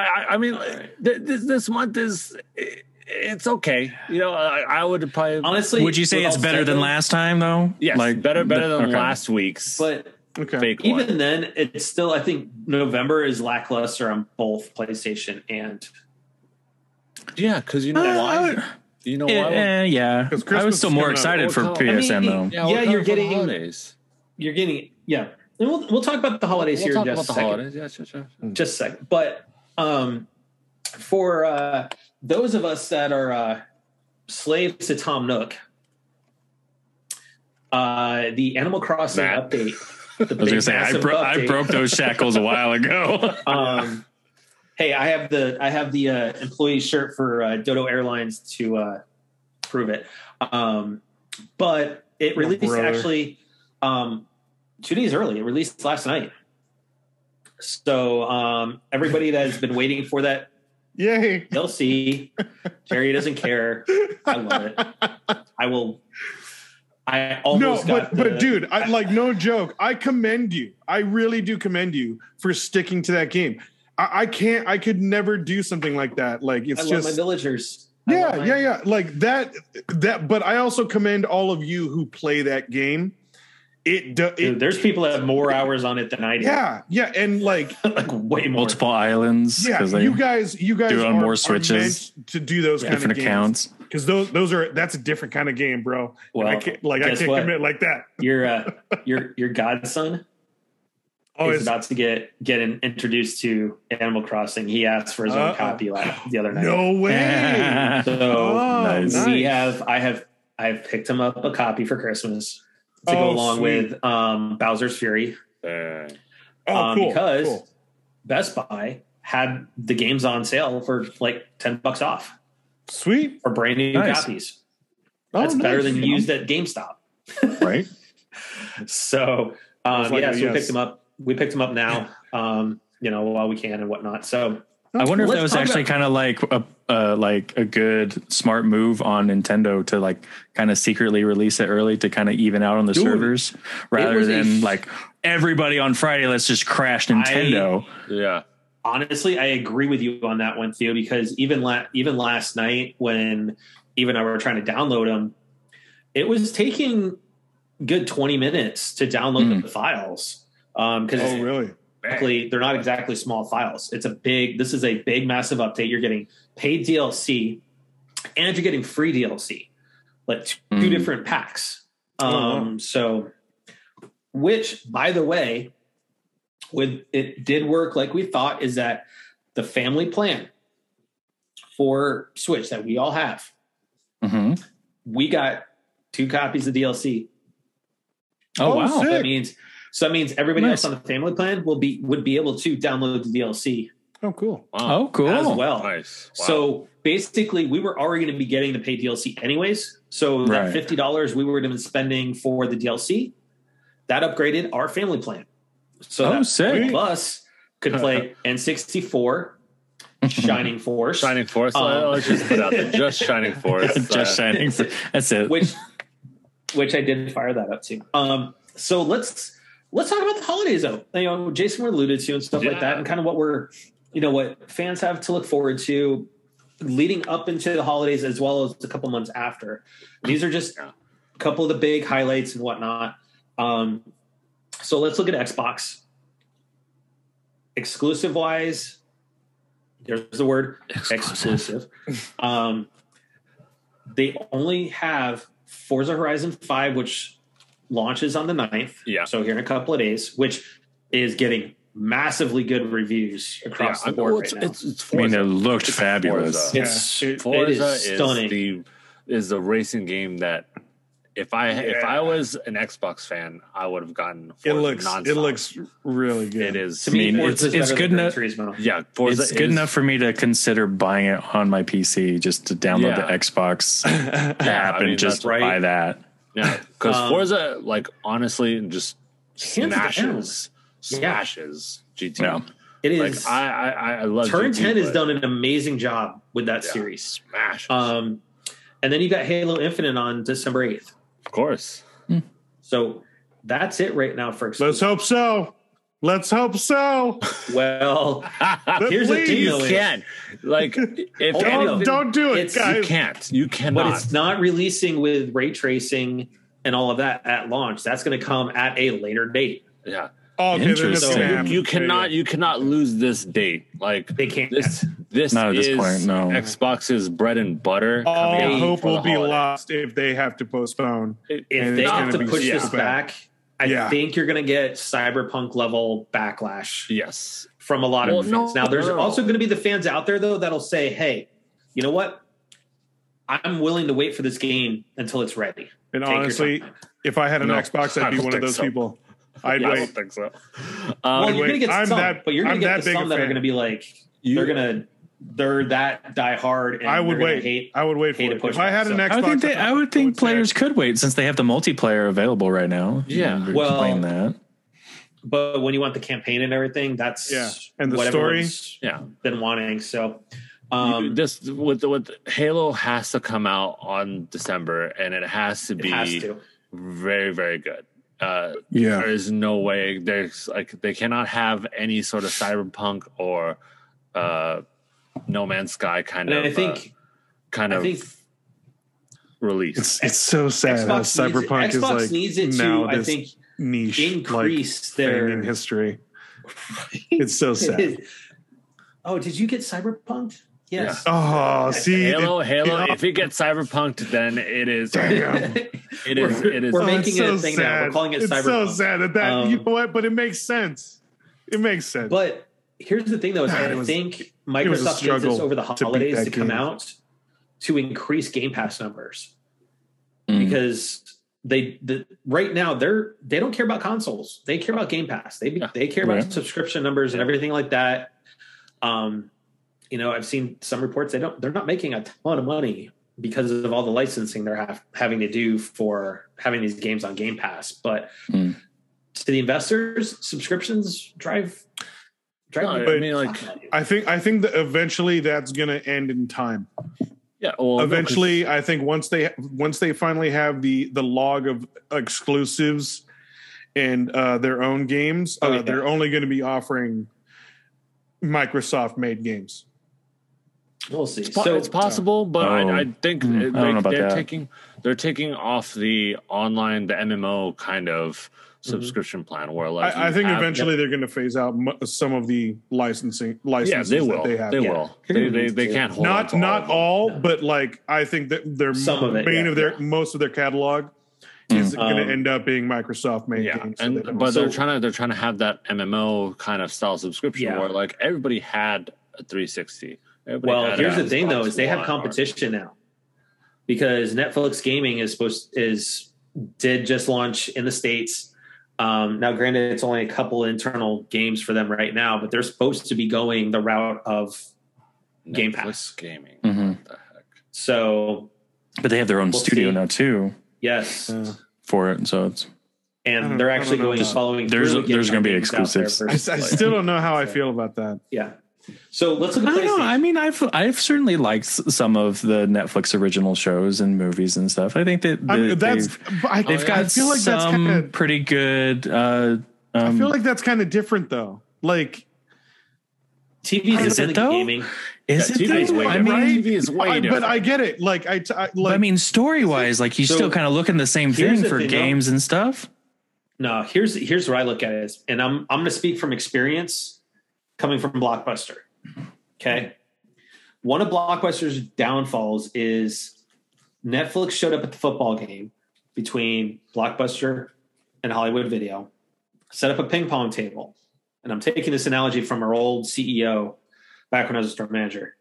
Speaker 3: I, I mean, th- this, this month is it, it's okay. You know, I, I would probably
Speaker 1: honestly,
Speaker 2: Would you say
Speaker 1: with
Speaker 2: it's
Speaker 1: all
Speaker 2: better than
Speaker 1: seven-
Speaker 2: last time though?
Speaker 3: yes, like better better than
Speaker 2: okay.
Speaker 3: last week's
Speaker 1: But
Speaker 4: it. Okay.
Speaker 3: fake one.
Speaker 1: even then, it's still. I think November is lackluster on both PlayStation and
Speaker 3: Yeah, because you know
Speaker 2: Uh,
Speaker 3: why?
Speaker 2: I-
Speaker 3: You know
Speaker 2: Eh,
Speaker 3: why?
Speaker 2: eh, yeah,
Speaker 4: 'Cause
Speaker 2: I
Speaker 4: Christmas
Speaker 2: was still
Speaker 4: is
Speaker 2: more
Speaker 4: coming up.
Speaker 2: excited for
Speaker 3: Well, come- I
Speaker 2: PSN
Speaker 1: mean,
Speaker 2: though.
Speaker 1: Yeah,
Speaker 3: we're
Speaker 1: you're
Speaker 3: coming for the
Speaker 1: getting-
Speaker 3: holidays.
Speaker 1: you're getting yeah. And we'll we'll talk about the holidays
Speaker 3: We'll
Speaker 1: here
Speaker 3: talk
Speaker 1: in just
Speaker 3: about the
Speaker 1: a second.
Speaker 3: holidays. Yeah, sure, sure.
Speaker 2: Mm.
Speaker 1: just a second. But um, for uh, those of us that are uh, slaves to Tom Nook, uh, the Animal Crossing
Speaker 3: Matt.
Speaker 1: update, the
Speaker 2: I was gonna
Speaker 1: big
Speaker 2: say I,
Speaker 1: massive
Speaker 2: bro- I
Speaker 1: update.
Speaker 2: broke those shackles a while ago.
Speaker 1: Um, hey, I have the I have the uh, employee shirt for uh, Dodo Airlines to uh, prove it. Um, but it
Speaker 4: Oh,
Speaker 1: released
Speaker 4: brother.
Speaker 1: actually um, two days early. It released last night. So um, everybody that has been waiting for that
Speaker 4: Yay!
Speaker 1: They'll see. Jerry doesn't care. I love it. I will. I
Speaker 4: No,
Speaker 1: almost
Speaker 4: but
Speaker 1: got the-
Speaker 4: but dude, I, like no joke. I commend you. I really do commend you for sticking to that game. I, I can't. I could never do something like that. Like
Speaker 1: I
Speaker 4: it's
Speaker 1: love my
Speaker 4: just
Speaker 1: villagers. I
Speaker 4: yeah,
Speaker 1: love my-
Speaker 4: yeah, yeah. Like that. That. But I also commend all of you who play that game. It. do-
Speaker 1: Dude,
Speaker 4: it
Speaker 1: there's people that have more hours on it than I do.
Speaker 4: yeah, yeah, and like
Speaker 1: like way more.
Speaker 2: Multiple islands
Speaker 4: yeah,
Speaker 2: because they
Speaker 4: you guys, you guys
Speaker 2: do it on
Speaker 4: are-
Speaker 2: more
Speaker 4: are
Speaker 2: switches,
Speaker 4: meant to do those kind
Speaker 2: different
Speaker 4: of games.
Speaker 2: accounts.
Speaker 4: because those those are that's a different kind of game, bro.
Speaker 1: Well,
Speaker 4: I can't, like I
Speaker 1: guess
Speaker 4: can't
Speaker 1: what?
Speaker 4: commit like that.
Speaker 1: Your uh, your your godson
Speaker 4: Oh,
Speaker 1: is
Speaker 4: it's,
Speaker 1: about to get get in, introduced to Animal Crossing. He asked for his own
Speaker 4: Uh-oh.
Speaker 1: copy la- the other night.
Speaker 4: no way.
Speaker 1: So
Speaker 4: Oh,
Speaker 2: Nice.
Speaker 1: we
Speaker 4: nice.
Speaker 1: have I have I've picked him up a copy for Christmas to
Speaker 4: Oh,
Speaker 1: go along
Speaker 4: sweet.
Speaker 1: with um, Bowser's Fury.
Speaker 3: Uh,
Speaker 4: Oh,
Speaker 1: um,
Speaker 4: cool.
Speaker 1: because
Speaker 4: cool.
Speaker 1: Best Buy had the games on sale for like 10 bucks off
Speaker 4: sweet.
Speaker 1: for brand new
Speaker 2: Nice.
Speaker 1: copies.
Speaker 4: Oh,
Speaker 1: That's better
Speaker 4: nice.
Speaker 1: than used at GameStop.
Speaker 2: right?
Speaker 1: So,
Speaker 4: was
Speaker 1: um,
Speaker 4: like
Speaker 1: yeah,
Speaker 4: a
Speaker 1: so we
Speaker 4: yes.
Speaker 1: picked them up. We picked them up now, um, you know, while we can and whatnot. So,
Speaker 2: I wonder if
Speaker 1: Let's
Speaker 2: that was
Speaker 1: talk
Speaker 2: actually kind of like a uh, like a good smart move on Nintendo to like kind of secretly release it early to kind of even out on the
Speaker 1: Dude,
Speaker 2: servers rather
Speaker 1: was a-
Speaker 2: than like everybody on Friday let's just crash Nintendo.
Speaker 3: yeah.
Speaker 1: honestly, I agree with you on that one, Theo, because even la- even last night when even I were trying to download them, it was taking good 20 minutes to download the files. Um, because
Speaker 4: Oh, really?
Speaker 1: exactly they're not exactly small files it's a big this is a big massive update you're getting paid dlc and you're getting free dlc like two, two
Speaker 2: Mm.
Speaker 1: different packs um
Speaker 4: Oh,
Speaker 1: so which by the way when it did work like we thought is that the family plan for switch that we all have
Speaker 2: hmm
Speaker 1: we got two copies of dlc
Speaker 2: Oh,
Speaker 4: Oh,
Speaker 2: wow!
Speaker 4: sick.
Speaker 1: that means so that means everybody
Speaker 2: Nice.
Speaker 1: else on the family plan will be would be able to download the DLC
Speaker 4: Oh, cool.
Speaker 3: Wow.
Speaker 2: Oh, cool.
Speaker 1: as well.
Speaker 3: Nice. Wow.
Speaker 1: So basically, we were already going to be getting the paid DLC anyways. So that
Speaker 2: Right.
Speaker 1: fifty dollars we would have been spending for the DLC, that upgraded our family plan. So
Speaker 2: Oh,
Speaker 1: that
Speaker 2: sick.
Speaker 1: three of us could play N sixty four, Shining Force,
Speaker 3: Shining Force.
Speaker 1: Um,
Speaker 3: uh, let's just put out there. Just Shining Force.
Speaker 2: Just
Speaker 3: uh,
Speaker 2: shining. For, that's it.
Speaker 1: which which I did fire that up too. Um, so let's let's talk about the holidays though. You know, Jason were alluded to and stuff
Speaker 3: Yeah.
Speaker 1: like that, and kind of what we're you know what fans have to look forward to leading up into the holidays as well as a couple months after. These are just
Speaker 3: Yeah.
Speaker 1: a couple of the big highlights and whatnot. Um, so let's look at Xbox exclusive wise. There's the word exclusive. um, they only have Forza Horizon 5, which launches on the 9th.
Speaker 3: Yeah.
Speaker 1: So here in a couple of days, which is getting massively good reviews across
Speaker 3: yeah,
Speaker 1: the board
Speaker 3: well, it's,
Speaker 1: right now.
Speaker 3: it's, it's
Speaker 2: I mean,
Speaker 3: Forza.
Speaker 2: it looked
Speaker 3: It's
Speaker 2: fabulous.
Speaker 3: Forza.
Speaker 1: It's-
Speaker 4: Yeah, it-
Speaker 3: Forza
Speaker 1: it is stunning.
Speaker 3: is uh, the is the racing game that if I if I was an Xbox fan, I would have gotten. Forza
Speaker 4: it looks
Speaker 3: nonstop.
Speaker 4: it looks really good.
Speaker 3: It is.
Speaker 1: to
Speaker 2: I mean,
Speaker 1: me,
Speaker 2: it's-
Speaker 1: Forza is
Speaker 2: it's
Speaker 1: better
Speaker 2: good
Speaker 1: than
Speaker 2: enough-
Speaker 1: Gran Turismo.
Speaker 3: Yeah, Forza
Speaker 2: it's good
Speaker 3: is-
Speaker 2: enough for me to consider buying it on my PC just to download
Speaker 3: Yeah.
Speaker 2: the Xbox app
Speaker 3: Yeah, I mean,
Speaker 2: and just
Speaker 3: that's
Speaker 1: right.
Speaker 2: buy that.
Speaker 3: Yeah, because
Speaker 1: Um,
Speaker 3: Forza, like honestly, just
Speaker 1: Hands
Speaker 3: smashes,
Speaker 1: down.
Speaker 3: smashes GT.
Speaker 2: Yeah.
Speaker 1: It
Speaker 3: Like
Speaker 1: is.
Speaker 3: I, I, I- I love
Speaker 1: Turn
Speaker 3: GT,
Speaker 1: 10 has
Speaker 3: but
Speaker 1: done an amazing job with that
Speaker 3: Yeah.
Speaker 1: series.
Speaker 3: smashes.
Speaker 1: Um, and then you got Halo Infinite on December 8th.
Speaker 3: of course,
Speaker 1: So that's it right now for
Speaker 4: Let's
Speaker 1: exclusive.
Speaker 4: hope so. Let's hope so.
Speaker 1: Well, here's the
Speaker 4: please,
Speaker 1: deal.
Speaker 3: you
Speaker 1: is-
Speaker 3: can like if
Speaker 1: Hold on,
Speaker 3: anything,
Speaker 4: Don't, Oh, don't do it,
Speaker 1: It's- you
Speaker 3: you
Speaker 4: guys.
Speaker 3: can't, you cannot.
Speaker 1: but it's not releasing with ray tracing and all of that at launch. That's going to come at a later date.
Speaker 3: yeah,
Speaker 4: Oh, okay, then that's
Speaker 2: Interesting.
Speaker 4: gonna
Speaker 2: You-
Speaker 4: happen.
Speaker 3: you cannot,
Speaker 4: Yeah,
Speaker 3: you cannot lose this date. Like
Speaker 1: They can't.
Speaker 3: this, this
Speaker 2: Not at this
Speaker 3: is
Speaker 2: point, no.
Speaker 3: Xbox's bread and butter.
Speaker 1: Oh,
Speaker 4: yeah.
Speaker 3: coming
Speaker 4: All
Speaker 3: out
Speaker 4: hope
Speaker 3: for the
Speaker 4: will be
Speaker 3: holiday.
Speaker 4: lost if they have to postpone.
Speaker 1: if
Speaker 4: And
Speaker 1: they
Speaker 4: it's
Speaker 1: have to
Speaker 4: gonna be
Speaker 1: push
Speaker 3: so
Speaker 1: this
Speaker 4: bad.
Speaker 1: back, I
Speaker 4: Yeah.
Speaker 1: think you're going to get cyberpunk level backlash
Speaker 3: Yes,
Speaker 1: from a lot
Speaker 3: Well,
Speaker 1: of fans.
Speaker 3: no,
Speaker 1: now, there's
Speaker 3: no.
Speaker 1: also going to be the fans out there though that'll say, "Hey, you know what? I'm willing to wait for this game until it's ready."
Speaker 4: And
Speaker 1: Take your
Speaker 4: honestly,
Speaker 1: time.
Speaker 4: if I had an
Speaker 3: No,
Speaker 4: Xbox,
Speaker 3: I
Speaker 4: I'd be
Speaker 3: don't
Speaker 4: one of
Speaker 3: think
Speaker 4: those
Speaker 3: so.
Speaker 4: people. I'd
Speaker 3: I
Speaker 4: wait.
Speaker 3: don't think so.
Speaker 1: well,
Speaker 3: Um,
Speaker 1: you're going to get
Speaker 4: I'm
Speaker 1: some,
Speaker 4: that-
Speaker 1: but you're going
Speaker 4: I'm
Speaker 1: to
Speaker 4: that
Speaker 1: get the
Speaker 4: big a
Speaker 1: some that are
Speaker 4: fan.
Speaker 1: going to be like,
Speaker 3: You-
Speaker 1: they're going to, they're that die hard. And
Speaker 4: I would
Speaker 1: they're gonna
Speaker 4: wait.
Speaker 1: Hate.
Speaker 4: I would wait for
Speaker 1: hate to
Speaker 4: it.
Speaker 1: push
Speaker 4: If I had an
Speaker 1: back,
Speaker 4: Xbox,
Speaker 2: I would think they, I would think
Speaker 4: would say-
Speaker 2: players could wait since they have the multiplayer available right now.
Speaker 3: Yeah.
Speaker 2: We're
Speaker 1: Well-
Speaker 2: playing that.
Speaker 1: but when you want the campaign and everything, that's
Speaker 4: Yeah. And the
Speaker 1: what
Speaker 4: story.
Speaker 1: everyone's
Speaker 3: yeah.
Speaker 1: been wanting. So,
Speaker 3: You-
Speaker 1: um,
Speaker 3: this with with Halo has to come out on December, and it has to
Speaker 1: it
Speaker 3: be
Speaker 1: has to.
Speaker 3: very very good. Uh,
Speaker 4: yeah.
Speaker 3: There is no way there's like they cannot have any sort of cyberpunk or uh, No Man's Sky kind
Speaker 1: And
Speaker 3: of
Speaker 1: I think,
Speaker 3: uh, kind
Speaker 1: I
Speaker 3: of
Speaker 1: think
Speaker 3: release.
Speaker 4: It's it's so sad how
Speaker 1: Xbox,
Speaker 4: Cyberpunk
Speaker 1: needs,
Speaker 4: is
Speaker 1: Xbox
Speaker 4: like
Speaker 1: needs it
Speaker 4: now
Speaker 1: to, I
Speaker 4: this
Speaker 1: think,
Speaker 4: niche like
Speaker 1: increase
Speaker 4: thing
Speaker 1: their.
Speaker 4: in history. It's so sad.
Speaker 1: oh, did you get cyberpunked? Yes.
Speaker 4: Oh, see, it-
Speaker 3: Halo, Halo.
Speaker 4: yeah.
Speaker 3: If it gets cyberpunked, then it is.
Speaker 4: Damn.
Speaker 3: It is. It is.
Speaker 1: We're
Speaker 4: Oh,
Speaker 1: making
Speaker 4: it's
Speaker 1: it a thing now. We're calling it
Speaker 4: it's so
Speaker 1: cyberpunk.
Speaker 4: sad that that you
Speaker 1: Um,
Speaker 4: know what, but it makes sense. It makes sense.
Speaker 1: But here's the thing, though: is
Speaker 4: God, it
Speaker 1: I
Speaker 4: was-
Speaker 1: think
Speaker 4: was a
Speaker 1: Microsoft needs
Speaker 4: struggle
Speaker 1: this over the
Speaker 4: to beat
Speaker 1: holidays
Speaker 4: that
Speaker 1: to, come
Speaker 4: game.
Speaker 1: out to increase Game Pass numbers
Speaker 2: Mm.
Speaker 1: because they the, right now they're they don't care about consoles; they care about Game Pass. They
Speaker 3: Yeah.
Speaker 1: they care about
Speaker 2: Right.
Speaker 1: subscription numbers and everything like that. Um, you know, I've seen some reports they don't they're not making a ton of money because of all the licensing they're have, having to do for having these games on Game Pass, but.
Speaker 2: Mm.
Speaker 1: To the investors, subscriptions drive drive
Speaker 3: No,
Speaker 1: the
Speaker 3: I mean, like,
Speaker 4: I think I think that eventually that's going to end in time.
Speaker 3: yeah. Well, Oh, no, 'cause-
Speaker 4: eventually, I think once they once they finally have the the log of exclusives and uh, their own games,
Speaker 1: Oh,
Speaker 4: uh,
Speaker 1: yeah.
Speaker 4: they're only going to be offering Microsoft made games.
Speaker 1: we'll see.
Speaker 3: It's po-
Speaker 1: so
Speaker 3: it's possible, but
Speaker 2: Oh.
Speaker 3: I, I
Speaker 4: Mm,
Speaker 3: think
Speaker 2: Hmm, I
Speaker 3: it-
Speaker 2: don't know
Speaker 3: like,
Speaker 2: about
Speaker 3: they're
Speaker 2: that.
Speaker 3: taking they're taking off the online the MMO kind of
Speaker 1: Mm-hmm.
Speaker 3: subscription plan where like
Speaker 4: I, I
Speaker 3: you
Speaker 4: think
Speaker 3: have-
Speaker 4: eventually they're going to phase out mu- some of the licensing
Speaker 3: yeah
Speaker 4: licenses
Speaker 3: they will
Speaker 4: that
Speaker 3: they,
Speaker 4: they have.
Speaker 1: Yeah.
Speaker 3: will
Speaker 1: You're
Speaker 3: they,
Speaker 1: gonna
Speaker 3: they,
Speaker 1: need
Speaker 3: they
Speaker 1: to.
Speaker 3: can't hold on
Speaker 4: not
Speaker 3: to
Speaker 4: not
Speaker 3: of them.
Speaker 4: all,
Speaker 1: No.
Speaker 4: but like I think that their
Speaker 1: Some of it,
Speaker 4: main
Speaker 1: yeah,
Speaker 4: of their
Speaker 1: yeah.
Speaker 4: most of their catalog is going to
Speaker 1: Um,
Speaker 4: end up being Microsoft made
Speaker 3: Mm. yeah
Speaker 4: games. so they
Speaker 3: and
Speaker 4: don't-
Speaker 3: but they're
Speaker 1: So-
Speaker 3: trying to they're trying to have that MMO kind of style subscription
Speaker 1: Yeah.
Speaker 3: where like everybody had a 360 Everybody
Speaker 1: well,
Speaker 3: had
Speaker 1: here's
Speaker 3: an
Speaker 1: the thing though:
Speaker 3: Xbox
Speaker 1: is they
Speaker 3: One
Speaker 1: have
Speaker 3: or-
Speaker 1: competition now because Netflix Gaming is supposed is did just launch in the states. Um, now, granted, it's only a couple internal games for them right now, but they're supposed to be going the route of Game
Speaker 3: Netflix
Speaker 1: Pass.
Speaker 3: gaming.
Speaker 2: Mhm.
Speaker 3: What the heck?
Speaker 1: so.
Speaker 2: But they have their own
Speaker 1: We'll
Speaker 2: studio
Speaker 1: see.
Speaker 2: now too
Speaker 1: Yes,
Speaker 4: Uh,
Speaker 2: for it. So it's
Speaker 4: I
Speaker 1: and
Speaker 4: don't-
Speaker 1: they're
Speaker 4: I don't
Speaker 1: actually
Speaker 4: know
Speaker 1: going
Speaker 4: about-
Speaker 1: following.
Speaker 2: There's-
Speaker 1: through and
Speaker 2: there's
Speaker 1: getting
Speaker 2: gonna be
Speaker 1: games out there
Speaker 2: exclusives.
Speaker 4: I, I
Speaker 1: versus, like-
Speaker 4: still don't know how I feel about that.
Speaker 1: yeah. So let's look
Speaker 2: I
Speaker 1: at
Speaker 2: don't know.
Speaker 1: PlayStation.
Speaker 2: I mean, I've I've certainly liked s- some of the Netflix original shows and movies and stuff. I think that
Speaker 4: I mean,
Speaker 2: that
Speaker 4: that's
Speaker 2: they've,
Speaker 4: but I,
Speaker 1: Oh,
Speaker 2: they've got
Speaker 4: I feel like
Speaker 2: some
Speaker 4: that's kind of
Speaker 2: pretty good. Uh, um,
Speaker 4: I feel like that's kind of different though. Like
Speaker 1: TV
Speaker 2: Is
Speaker 1: is
Speaker 2: it
Speaker 1: in
Speaker 2: though?
Speaker 1: gaming.
Speaker 2: is
Speaker 3: Yeah, TV
Speaker 2: it?
Speaker 3: is
Speaker 2: Though?
Speaker 3: way
Speaker 2: I
Speaker 3: different.
Speaker 2: mean,
Speaker 3: TV is way
Speaker 4: I,
Speaker 3: different.
Speaker 4: but I get it. Like I, t- I
Speaker 2: but
Speaker 4: like
Speaker 2: I mean, story wise, like you
Speaker 1: So-
Speaker 2: still kind of looking the same
Speaker 1: Here's
Speaker 2: thing
Speaker 1: the
Speaker 2: for
Speaker 1: thing, though.
Speaker 2: games and stuff.
Speaker 1: No, here's here's where I look at it, is, and I'm I'm going to speak from experience, coming from Blockbuster. Okay, one of Blockbuster's downfalls is Netflix showed up at the football game between Blockbuster and Hollywood Video, set up a ping pong table, and I'm taking this analogy from our old CEO back when I was a store manager,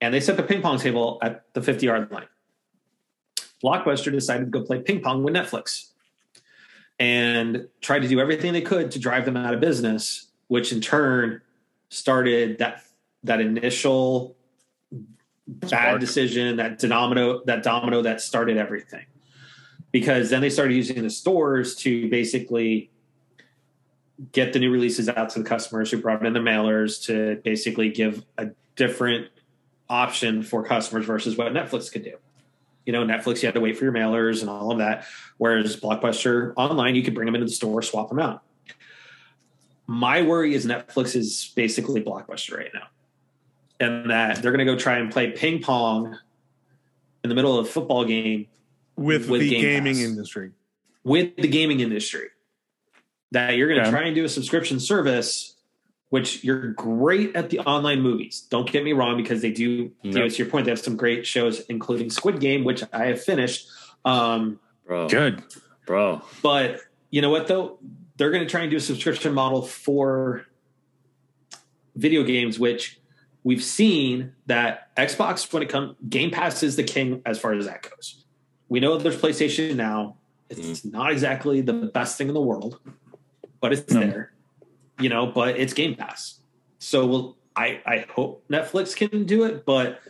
Speaker 1: and they set up a ping pong table at the 50 yard line. Blockbuster decided to go play ping pong with Netflix and tried to do everything they could to drive them out of business, which in turn started that that initial bad
Speaker 3: Spark.
Speaker 1: decision, that domino, that domino that started everything. Because then they started using the stores to basically get the new releases out to the customers who brought in the mailers to basically give a different option for customers versus what Netflix could do. You know, Netflix, you had to wait for your mailers and all of that. Whereas Blockbuster online, you could bring them into the store, swap them out. My worry is Netflix is basically Blockbuster right now, and that they're going to go try and play ping pong in the middle of a football game
Speaker 4: with,
Speaker 1: with
Speaker 4: the
Speaker 1: Game
Speaker 4: gaming
Speaker 1: Pass.
Speaker 4: industry.
Speaker 1: with the gaming industry that you're going to
Speaker 2: Okay.
Speaker 1: try and do a subscription service which you're great at the online movies don't get me wrong because they do you know,
Speaker 3: Yep.
Speaker 1: to your point they have some great shows including squid game which i have finished um,
Speaker 3: bro,
Speaker 2: Good.
Speaker 3: bro.
Speaker 1: but you know what though they're going to try and do a subscription model for video games which we've seen that xbox when it comes game pass is the king as far as that goes we know there's playstation now it's
Speaker 2: Mm-hmm.
Speaker 1: not exactly the best thing in the world but it's
Speaker 2: No.
Speaker 1: there you know but it's game pass so we'll, i i hope netflix can do it but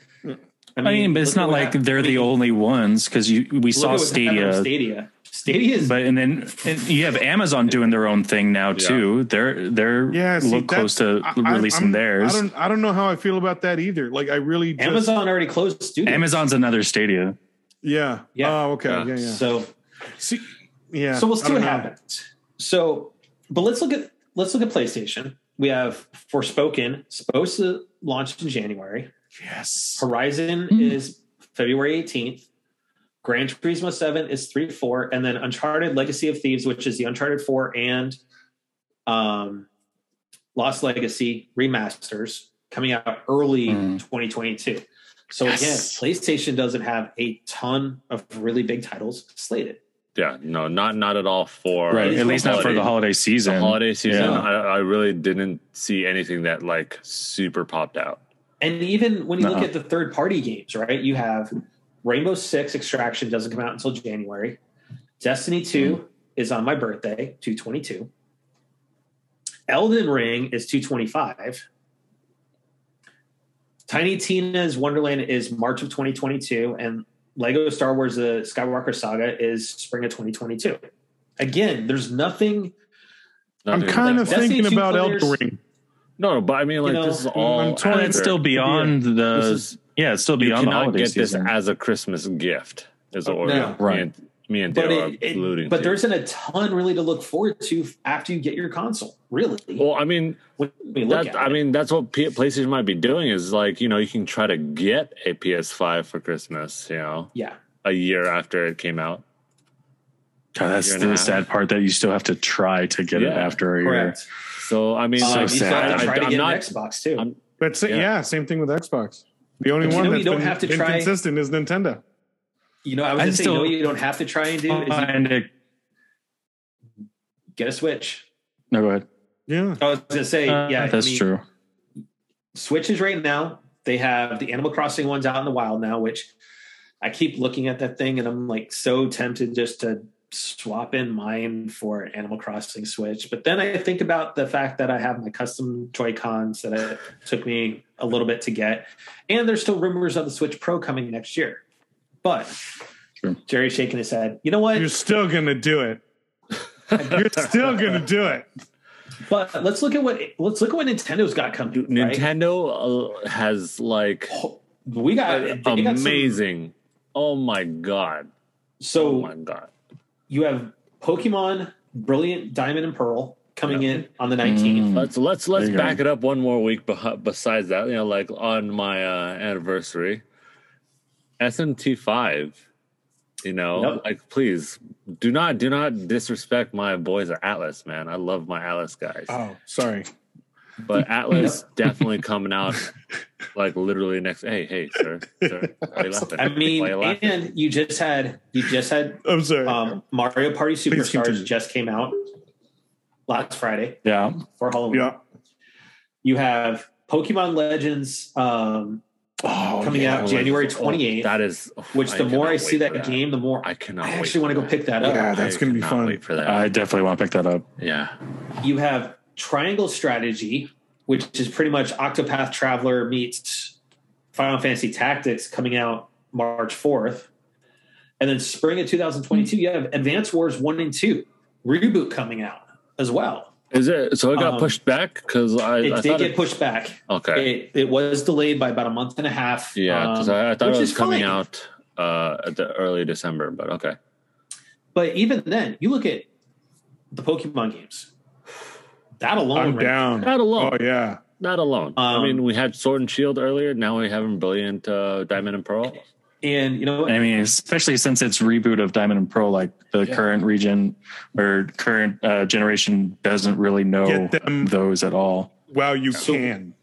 Speaker 2: Mm. I mean, but
Speaker 1: look
Speaker 2: it's
Speaker 1: at
Speaker 2: not
Speaker 1: what
Speaker 2: like
Speaker 1: happened-
Speaker 2: they're the only ones because you we
Speaker 1: look at
Speaker 2: saw
Speaker 1: what's happened with
Speaker 2: Stadia
Speaker 1: stadia stadia is
Speaker 2: But and then and you have Amazon doing their own thing now
Speaker 3: Yeah.
Speaker 2: too. They're they're
Speaker 4: Yeah, see,
Speaker 2: look close to
Speaker 4: that's- I- I-
Speaker 2: releasing
Speaker 4: I'm-
Speaker 2: theirs.
Speaker 4: I don't. I don't know how I feel about that either. Like I really just,
Speaker 1: amazon already closed studios
Speaker 2: Amazon's another Stadia.
Speaker 4: Yeah.
Speaker 1: Yeah.
Speaker 4: Oh, okay. Yeah.
Speaker 3: Yeah.
Speaker 4: Yeah.
Speaker 1: so
Speaker 4: See, yeah.
Speaker 1: So we'll
Speaker 4: I
Speaker 1: see
Speaker 4: don't
Speaker 1: what
Speaker 4: know.
Speaker 1: happens. So, but let's look at let's look at PlayStation. We have Forspoken supposed to launch in January.
Speaker 4: Yes.
Speaker 1: Horizon
Speaker 2: Hmm.
Speaker 1: is February 18th. Gran Turismo 7 is 3 4 and then Uncharted Legacy of Thieves which is the Uncharted 4 and um Lost Legacy remasters coming out early
Speaker 2: Hmm.
Speaker 1: 2022. So
Speaker 2: Yes.
Speaker 1: again, PlayStation doesn't have a ton of really big titles slated.
Speaker 3: Yeah, no, not not at all for
Speaker 2: Right.
Speaker 1: it's
Speaker 2: At least not for the
Speaker 1: holiday-
Speaker 2: holiday season.
Speaker 3: the holiday season.
Speaker 1: Yeah.
Speaker 3: I, I really didn't see anything that like super popped out.
Speaker 1: And even when you look
Speaker 3: Uh-huh.
Speaker 2: Uh-uh.
Speaker 1: at the third party games, right? You have Rainbow Six Extraction doesn't come out until January. Destiny 2
Speaker 3: Hmm.
Speaker 1: is on my birthday, 222. Elden Ring is 225. Tiny Tina's Wonderland is March of 2022. And Lego Star Wars The Skywalker Saga is spring of 2022. Again, there's nothing.
Speaker 4: I'm
Speaker 3: Nothing
Speaker 4: kind
Speaker 1: Like,
Speaker 4: of
Speaker 1: Destiny
Speaker 4: thinking
Speaker 1: two
Speaker 4: about
Speaker 1: players-
Speaker 4: Elden Ring.
Speaker 3: no, but I mean like
Speaker 1: know,
Speaker 3: this is all.
Speaker 4: I'm torn.
Speaker 2: and
Speaker 3: after.
Speaker 2: it's still beyond
Speaker 3: This
Speaker 2: the
Speaker 3: is-
Speaker 2: yeah, it's still
Speaker 3: you
Speaker 2: beyond the
Speaker 3: cannot
Speaker 2: holiday
Speaker 3: get
Speaker 2: season.
Speaker 3: this as a Christmas gift. Is what
Speaker 1: No.
Speaker 3: we're
Speaker 2: Right.
Speaker 3: Me and, me and
Speaker 1: But,
Speaker 3: Dale are
Speaker 1: it, it-
Speaker 3: alluding
Speaker 1: but
Speaker 3: to.
Speaker 1: there isn't a ton really to look forward to after you get your console, really.
Speaker 3: well, I mean,
Speaker 1: when we look
Speaker 3: that,
Speaker 1: at
Speaker 3: I
Speaker 1: it.
Speaker 3: mean, that's what P- PlayStation might be doing is like, you know, you can try to get a PS5 for Christmas, you know,
Speaker 1: yeah
Speaker 3: a year after it came out.
Speaker 2: God, that's
Speaker 3: Year and a
Speaker 2: the
Speaker 3: half.
Speaker 2: sad part that you still have to try to get
Speaker 3: Yeah,
Speaker 2: it after a year.
Speaker 1: correct
Speaker 3: So, I mean,
Speaker 2: So
Speaker 1: um, you
Speaker 3: like,
Speaker 1: still
Speaker 2: sad.
Speaker 1: have to
Speaker 3: I,
Speaker 1: try to
Speaker 3: am
Speaker 1: get
Speaker 3: not,
Speaker 1: an xbox too
Speaker 3: I'm-
Speaker 4: But sa-
Speaker 3: Yeah.
Speaker 4: yeah. same thing with Xbox. The only
Speaker 1: But you
Speaker 4: one
Speaker 1: know
Speaker 4: that's
Speaker 1: you don't
Speaker 4: been,
Speaker 1: have to
Speaker 4: been
Speaker 1: try-
Speaker 4: consistent is Nintendo.
Speaker 1: you know i was
Speaker 2: I'm
Speaker 1: just saying you know
Speaker 2: still- Oh,
Speaker 1: what you don't have to try and do is you
Speaker 2: Find a-
Speaker 1: get a switch
Speaker 2: no, go ahead.
Speaker 4: Yeah.
Speaker 1: i was gonna say
Speaker 2: Uh,
Speaker 1: yeah I
Speaker 2: that's
Speaker 1: mean,
Speaker 2: true.
Speaker 1: switches right now they have the animal crossing ones out in the wild now which i keep looking at that thing and i'm like so tempted just to swap in mine for Animal Crossing Switch. But then I think about the fact that I have my custom Joy Cons that it took me a little bit to get, and there's still rumors of the Switch Pro coming next year. But
Speaker 2: Sure.
Speaker 1: Jerry's shaking his head. You know what?
Speaker 4: You're still gonna do it. You're still gonna do it.
Speaker 1: But let's look at what let's look at what Nintendo's got come.
Speaker 3: Dude,
Speaker 1: right?
Speaker 3: Nintendo uh, has like
Speaker 1: We got they got some-
Speaker 3: amazing. oh my god!
Speaker 1: so
Speaker 3: oh my god!
Speaker 1: you have Pokemon Brilliant Diamond and Pearl coming in on the 19th.
Speaker 2: Mm.
Speaker 3: Let's let's let's
Speaker 2: There you
Speaker 3: back it up one more week. beh- Besides that, you know, like on my uh, anniversary, SMT five. You know,
Speaker 1: Nope.
Speaker 3: like please do not do not disrespect my boys at Atlas, man. I love my Atlas guys,
Speaker 4: Oh, sorry.
Speaker 3: but Atlas definitely coming out like literally next. Hey, hey, sir, sir, why you laughing?
Speaker 1: I mean,
Speaker 3: Why you laughing?
Speaker 1: and you just had you just had
Speaker 4: I'm sorry.
Speaker 1: um, Mario Party
Speaker 4: Please continue.
Speaker 1: Superstars just came out last Friday
Speaker 2: Yeah.
Speaker 1: for Halloween.
Speaker 4: yeah.
Speaker 1: You have Pokemon Legends um,
Speaker 2: Oh,
Speaker 1: coming
Speaker 3: yeah.
Speaker 1: out January 28th.
Speaker 3: oh, That is, oh,
Speaker 1: which the more
Speaker 3: cannot
Speaker 1: I see
Speaker 3: wait
Speaker 1: that,
Speaker 3: for
Speaker 1: game, the more
Speaker 3: I
Speaker 1: I,
Speaker 3: cannot.
Speaker 1: actually
Speaker 3: wait for
Speaker 1: want to go
Speaker 3: that.
Speaker 1: pick that up.
Speaker 4: Yeah, that's
Speaker 3: I
Speaker 4: gonna be
Speaker 3: cannot
Speaker 4: fun.
Speaker 3: Wait for that.
Speaker 2: I definitely want to pick that up.
Speaker 3: yeah.
Speaker 1: You have Triangle Strategy, which is pretty much Octopath Traveler meets Final Fantasy Tactics coming out March 4th. And then spring of 2022, you have Advance Wars 1 and 2 reboot coming out as well.
Speaker 3: Is it? So it got
Speaker 1: Um,
Speaker 3: pushed back because I,
Speaker 1: It
Speaker 3: I
Speaker 1: did
Speaker 3: thought
Speaker 1: get
Speaker 3: it,
Speaker 1: pushed back.
Speaker 3: okay.
Speaker 1: It, it was delayed by about a month and a half.
Speaker 3: yeah, because
Speaker 1: um,
Speaker 3: I, I thought
Speaker 1: which
Speaker 3: it was
Speaker 1: is
Speaker 3: coming
Speaker 1: fine.
Speaker 3: out uh, at the early December, but okay.
Speaker 1: But even then, you look at the Pokemon games. That alone,
Speaker 4: I'm
Speaker 1: right
Speaker 4: down.
Speaker 3: Not alone.
Speaker 4: Oh yeah.
Speaker 3: Not alone. I
Speaker 1: Um,
Speaker 3: mean, we had Sword and Shield earlier. Now we have Brilliant uh, Diamond and Pearl.
Speaker 1: and you know,
Speaker 2: I mean, especially since it's reboot of Diamond and Pearl, like the
Speaker 1: Yeah.
Speaker 2: current region or current uh, generation doesn't really know
Speaker 4: Get them.
Speaker 2: those at all.
Speaker 4: Wow, you
Speaker 1: So-
Speaker 4: can.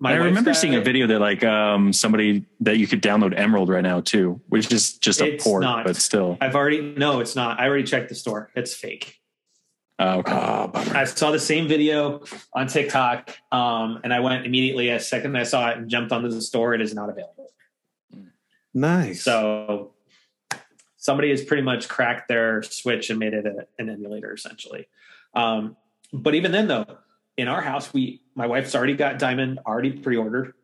Speaker 1: my
Speaker 2: I
Speaker 1: wife's
Speaker 2: remember seeing a
Speaker 1: got-
Speaker 2: video that like um, somebody that you could download Emerald right now too, which is just a
Speaker 1: It's
Speaker 2: port,
Speaker 1: not.
Speaker 2: but still.
Speaker 1: I've already no, it's not. I already checked the store. It's fake.
Speaker 2: Oh, okay.
Speaker 4: Ah, bummer.
Speaker 1: I saw the same video on TikTok, um, and I went immediately. A second I saw it and jumped onto the store. It is not available.
Speaker 4: Nice.
Speaker 1: So somebody has pretty much cracked their Switch and made it a, an emulator, essentially. Um, but even then, though, in our house, we my wife's already got Diamond already pre-ordered.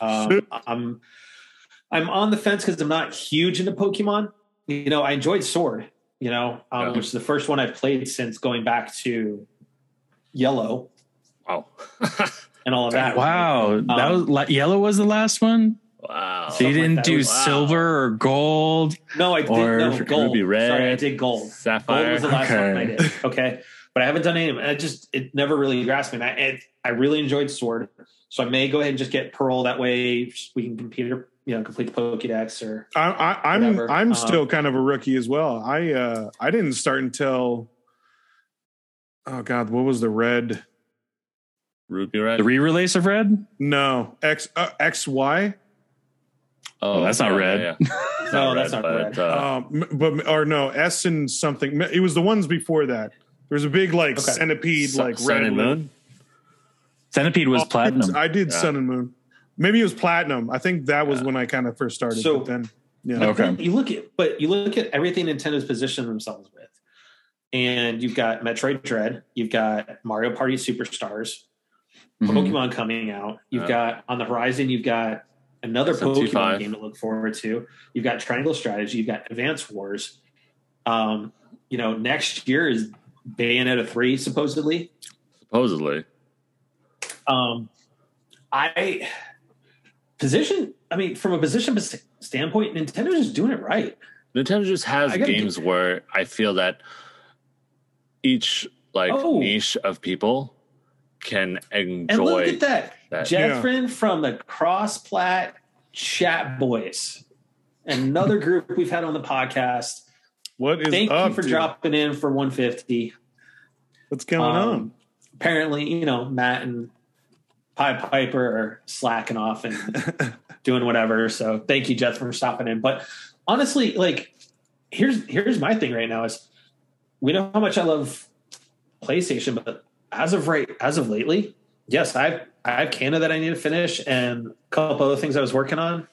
Speaker 1: Um,
Speaker 4: Shoot.
Speaker 1: I'm I'm on the fence because I'm not huge into Pokemon. You know, I enjoyed Sword. You know, um,
Speaker 3: Yeah.
Speaker 1: which is the first one I've played since going back to Yellow
Speaker 3: Wow.
Speaker 1: and all of that.
Speaker 2: Wow, that was la- yellow was the last one.
Speaker 3: wow.
Speaker 2: So
Speaker 1: Um, Something
Speaker 2: you
Speaker 1: like
Speaker 2: didn't
Speaker 1: that.
Speaker 2: do
Speaker 1: Wow.
Speaker 2: silver or gold.
Speaker 1: No, I did
Speaker 2: Or
Speaker 1: no gold.
Speaker 3: Ruby Red.
Speaker 1: Sorry, I did gold. Gold
Speaker 3: Sapphire.
Speaker 1: was the last
Speaker 2: Okay.
Speaker 1: one I did. Okay. But I haven't done any of them. I just, it never really grasped me. And I, it, I really enjoyed Sword. So I may go ahead and just get Pearl. That way we can compete, you know, complete the Pokedex or.
Speaker 4: I, I, I'm
Speaker 1: Whatever.
Speaker 4: I'm
Speaker 1: Um,
Speaker 4: still kind of a rookie as well. I uh, I didn't start until oh god, what was the red?
Speaker 3: Ruby Red.
Speaker 2: The re-release of red.
Speaker 4: No, X uh, XY.
Speaker 2: Oh, that's not red.
Speaker 3: It's
Speaker 1: No, that's not
Speaker 3: but,
Speaker 1: red.
Speaker 3: Uh,
Speaker 4: Um, but or no S and something. It was the ones before that. There was a big like
Speaker 1: Okay.
Speaker 4: centipede
Speaker 3: Sun-
Speaker 4: like
Speaker 3: Sun
Speaker 4: red
Speaker 3: and
Speaker 4: with-
Speaker 3: Moon.
Speaker 2: Centipede
Speaker 4: Oh,
Speaker 2: was
Speaker 4: I did-
Speaker 2: platinum.
Speaker 4: I did
Speaker 3: Yeah.
Speaker 4: Sun and Moon. Maybe it was platinum. I think that was
Speaker 3: Yeah.
Speaker 4: when I kind of first started.
Speaker 1: So-
Speaker 4: but then yeah,
Speaker 2: Okay.
Speaker 1: You look at, but you look at everything Nintendo's positioned themselves with. And you've got Metroid Dread. You've got Mario Party Superstars.
Speaker 2: Mhm.
Speaker 1: Pokemon coming out. You've
Speaker 3: Yeah.
Speaker 1: got on the horizon. You've got another
Speaker 3: SMT5.
Speaker 1: Pokemon game to look forward to. You've got Triangle Strategy. You've got Advance Wars. Um, you know, next year is Bayonetta three supposedly.
Speaker 3: Supposedly.
Speaker 1: Um, I position. I mean, from a position pos- standpoint, Nintendo's just doing it right.
Speaker 3: Nintendo just has
Speaker 1: I gotta
Speaker 3: games where I feel that each like
Speaker 1: Oh.
Speaker 3: niche of people can
Speaker 1: And look
Speaker 3: enjoy
Speaker 1: at that,
Speaker 3: that.
Speaker 1: Jeffrin from the Cross Plat Chat Boys, another group we've had on the podcast.
Speaker 4: what is
Speaker 1: Thank
Speaker 4: up?
Speaker 1: you for
Speaker 4: dude?
Speaker 1: dropping in for 150.
Speaker 4: What's going
Speaker 1: Um,
Speaker 4: on?
Speaker 1: Apparently, you know, Matt and Pie Piper are slacking off and doing whatever. So thank you, Jeff, for stopping in. But honestly, like here's here's my thing right now is we know how much I love PlayStation, but as of right as of lately, yes, I've I have Canada that I need to finish and a couple other things I was working on.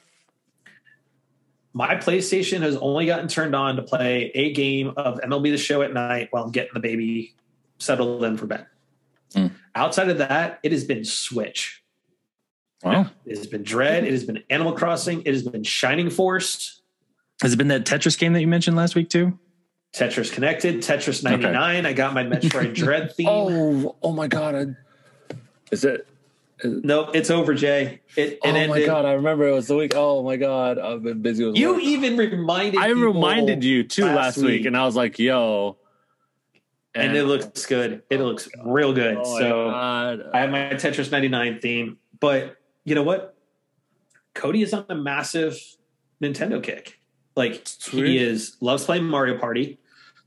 Speaker 1: my PlayStation has only gotten turned on to play a game of MLB The Show at night while I'm getting the baby settled in for bed.
Speaker 2: Mm.
Speaker 1: Outside of that, it has been Switch.
Speaker 2: Wow.
Speaker 1: It has been Dread. It has been Animal Crossing. It has been Shining Force,
Speaker 2: Has it been that Tetris game that you mentioned last week too?
Speaker 1: Tetris Connected, Tetris 99. I got my Metroid Dread theme.
Speaker 3: Oh, oh my god! I- is it?
Speaker 1: No, it's over, Jay. It, it
Speaker 3: oh my
Speaker 1: ended.
Speaker 3: god! I remember it was the week. Oh my god! I've been busy with
Speaker 1: You
Speaker 3: work.
Speaker 1: even reminded
Speaker 3: I
Speaker 1: people-
Speaker 3: reminded you too
Speaker 1: last
Speaker 3: last, week,
Speaker 1: week.
Speaker 3: and I was like, "Yo,"
Speaker 1: and it looks good. It looks real good.
Speaker 3: oh my
Speaker 1: so
Speaker 3: God.
Speaker 1: I have my Tetris 99 theme, but you know what? Cody is on a massive Nintendo kick. Like he
Speaker 4: Sweet.
Speaker 1: is loves playing Mario Party.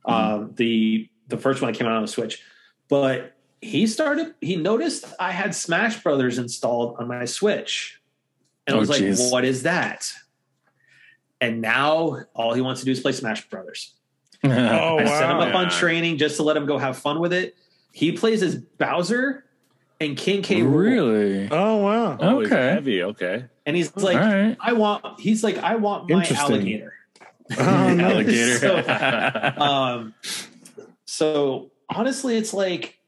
Speaker 2: Hmm.
Speaker 1: Um, the the first one that came out on the Switch, but he started. He noticed I had Smash Brothers installed on my Switch, and I
Speaker 2: Oh,
Speaker 1: was like,
Speaker 2: geez.
Speaker 1: "What is that?" And now all he wants to do is play Smash Brothers.
Speaker 4: Oh
Speaker 1: I set him
Speaker 4: wow!
Speaker 1: up on
Speaker 3: Yeah.
Speaker 1: training just to let him go have fun with it. He plays as Bowser and King K. Rool.
Speaker 2: really?
Speaker 4: Oh wow!
Speaker 3: Oh, he's
Speaker 2: Okay.
Speaker 3: heavy. Okay.
Speaker 1: and he's like,
Speaker 2: All right.
Speaker 1: I want. He's like, I want my
Speaker 2: Interesting.
Speaker 1: alligator.
Speaker 4: Oh, no.
Speaker 2: Alligator.
Speaker 1: So- Um, so honestly, it's like,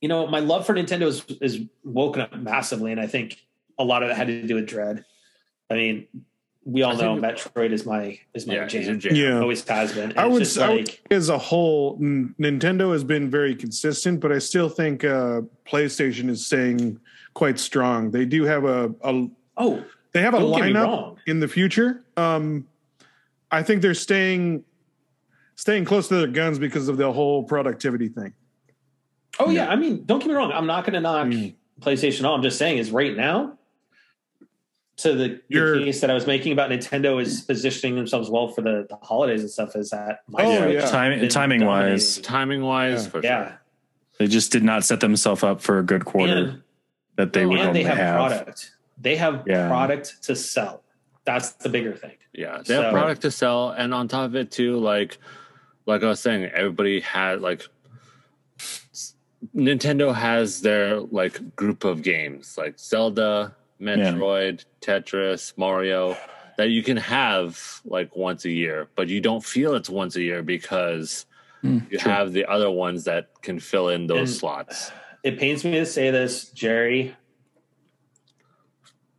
Speaker 1: you know, my love for Nintendo is is woken up massively, and I think a lot of it had to do with Dread. I mean, we all
Speaker 3: I
Speaker 1: know
Speaker 3: think-
Speaker 1: Metroid is my is my
Speaker 3: Yeah, he's
Speaker 1: jam.
Speaker 3: in jam.
Speaker 4: Yeah,
Speaker 1: Always has been. And
Speaker 4: I
Speaker 1: it's
Speaker 4: would,
Speaker 1: just
Speaker 4: s- I would-
Speaker 1: like-
Speaker 4: as a whole, N- Nintendo has been very consistent, but I still think uh, PlayStation is staying quite strong. They do have a, a
Speaker 1: oh,
Speaker 4: they have a
Speaker 1: don't get me
Speaker 4: lineup
Speaker 1: wrong.
Speaker 4: in the future. Um, I think they're staying staying close to their guns because of the whole productivity thing.
Speaker 1: Oh yeah, I mean, don't get me wrong. I'm not going to knock
Speaker 4: Mm.
Speaker 1: PlayStation. All I'm just saying is right now, to the,
Speaker 4: You're-
Speaker 1: the case that I was making about Nintendo is positioning themselves well for the, the holidays and stuff. Is that my
Speaker 4: Oh,
Speaker 1: Switch
Speaker 4: yeah.
Speaker 1: has
Speaker 2: Timing,
Speaker 1: been
Speaker 2: timing wise,
Speaker 1: dominating.
Speaker 3: Timing wise,
Speaker 4: Yeah.
Speaker 3: for
Speaker 1: yeah,
Speaker 3: sure.
Speaker 2: they just did not set themselves up for a good quarter
Speaker 1: and,
Speaker 2: that they would
Speaker 1: and
Speaker 2: only
Speaker 1: they have,
Speaker 2: have.
Speaker 1: product. They have
Speaker 2: Yeah.
Speaker 1: product to sell. That's the bigger thing.
Speaker 3: Yeah. They have
Speaker 1: So-
Speaker 3: product to sell, and on top of it too, like, like I was saying, everybody had like. Nintendo has their like group of games like Zelda, Metroid, Tetris, Mario that you can have like once a year, but you don't feel it's once a year because
Speaker 2: Mm,
Speaker 3: you
Speaker 2: true.
Speaker 3: have the other ones that can fill in those
Speaker 1: And-
Speaker 3: slots.
Speaker 1: It pains me to say this, Jerry.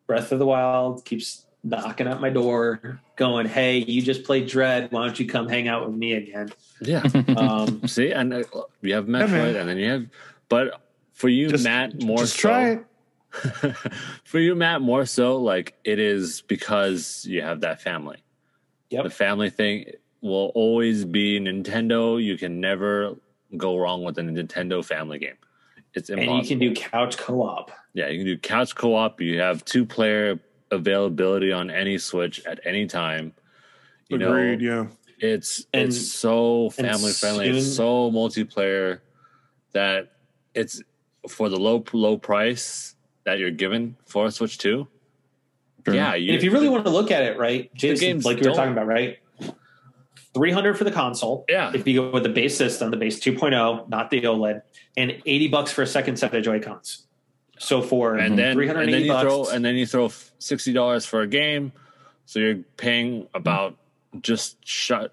Speaker 1: Breath of the Wild keeps knocking at my door, going, "Hey, you just played Dread. Why don't you come hang out with me again?"
Speaker 3: Yeah.
Speaker 1: Um,
Speaker 3: See, and uh, you have
Speaker 4: man.
Speaker 3: Metroid, and then you have, but for you,
Speaker 4: Just-
Speaker 3: Matt, more
Speaker 4: Just
Speaker 3: so,
Speaker 4: try it.
Speaker 3: for you, Matt, more so, like it is because you have that family.
Speaker 1: Yep.
Speaker 3: The family thing will always be Nintendo. You can never go wrong with a Nintendo family game. It's impossible.
Speaker 1: and you can do couch co-op.
Speaker 3: yeah, you can do couch co-op. You have two player availability on any Switch at any time. You know,
Speaker 4: Agreed. yeah.
Speaker 3: it's
Speaker 1: And-
Speaker 3: it's so
Speaker 1: and
Speaker 3: family friendly. It's
Speaker 1: soon-
Speaker 3: so multiplayer that it's for the low low price that you're given for a Switch Two.
Speaker 2: Sure.
Speaker 3: Yeah, you,
Speaker 1: And if you really want to look at it, right, Jason,
Speaker 3: games
Speaker 1: like you were
Speaker 3: don't-
Speaker 1: talking about, right? 300 for the console.
Speaker 3: yeah,
Speaker 1: If you go with the base system, the base 2.0, not the OLED, and 80 bucks for a second set of Joy-Cons. So for
Speaker 3: and then and
Speaker 1: 380
Speaker 3: then you
Speaker 1: bucks,
Speaker 3: throw and then you throw sixty dollars for a game, so you're paying about just shut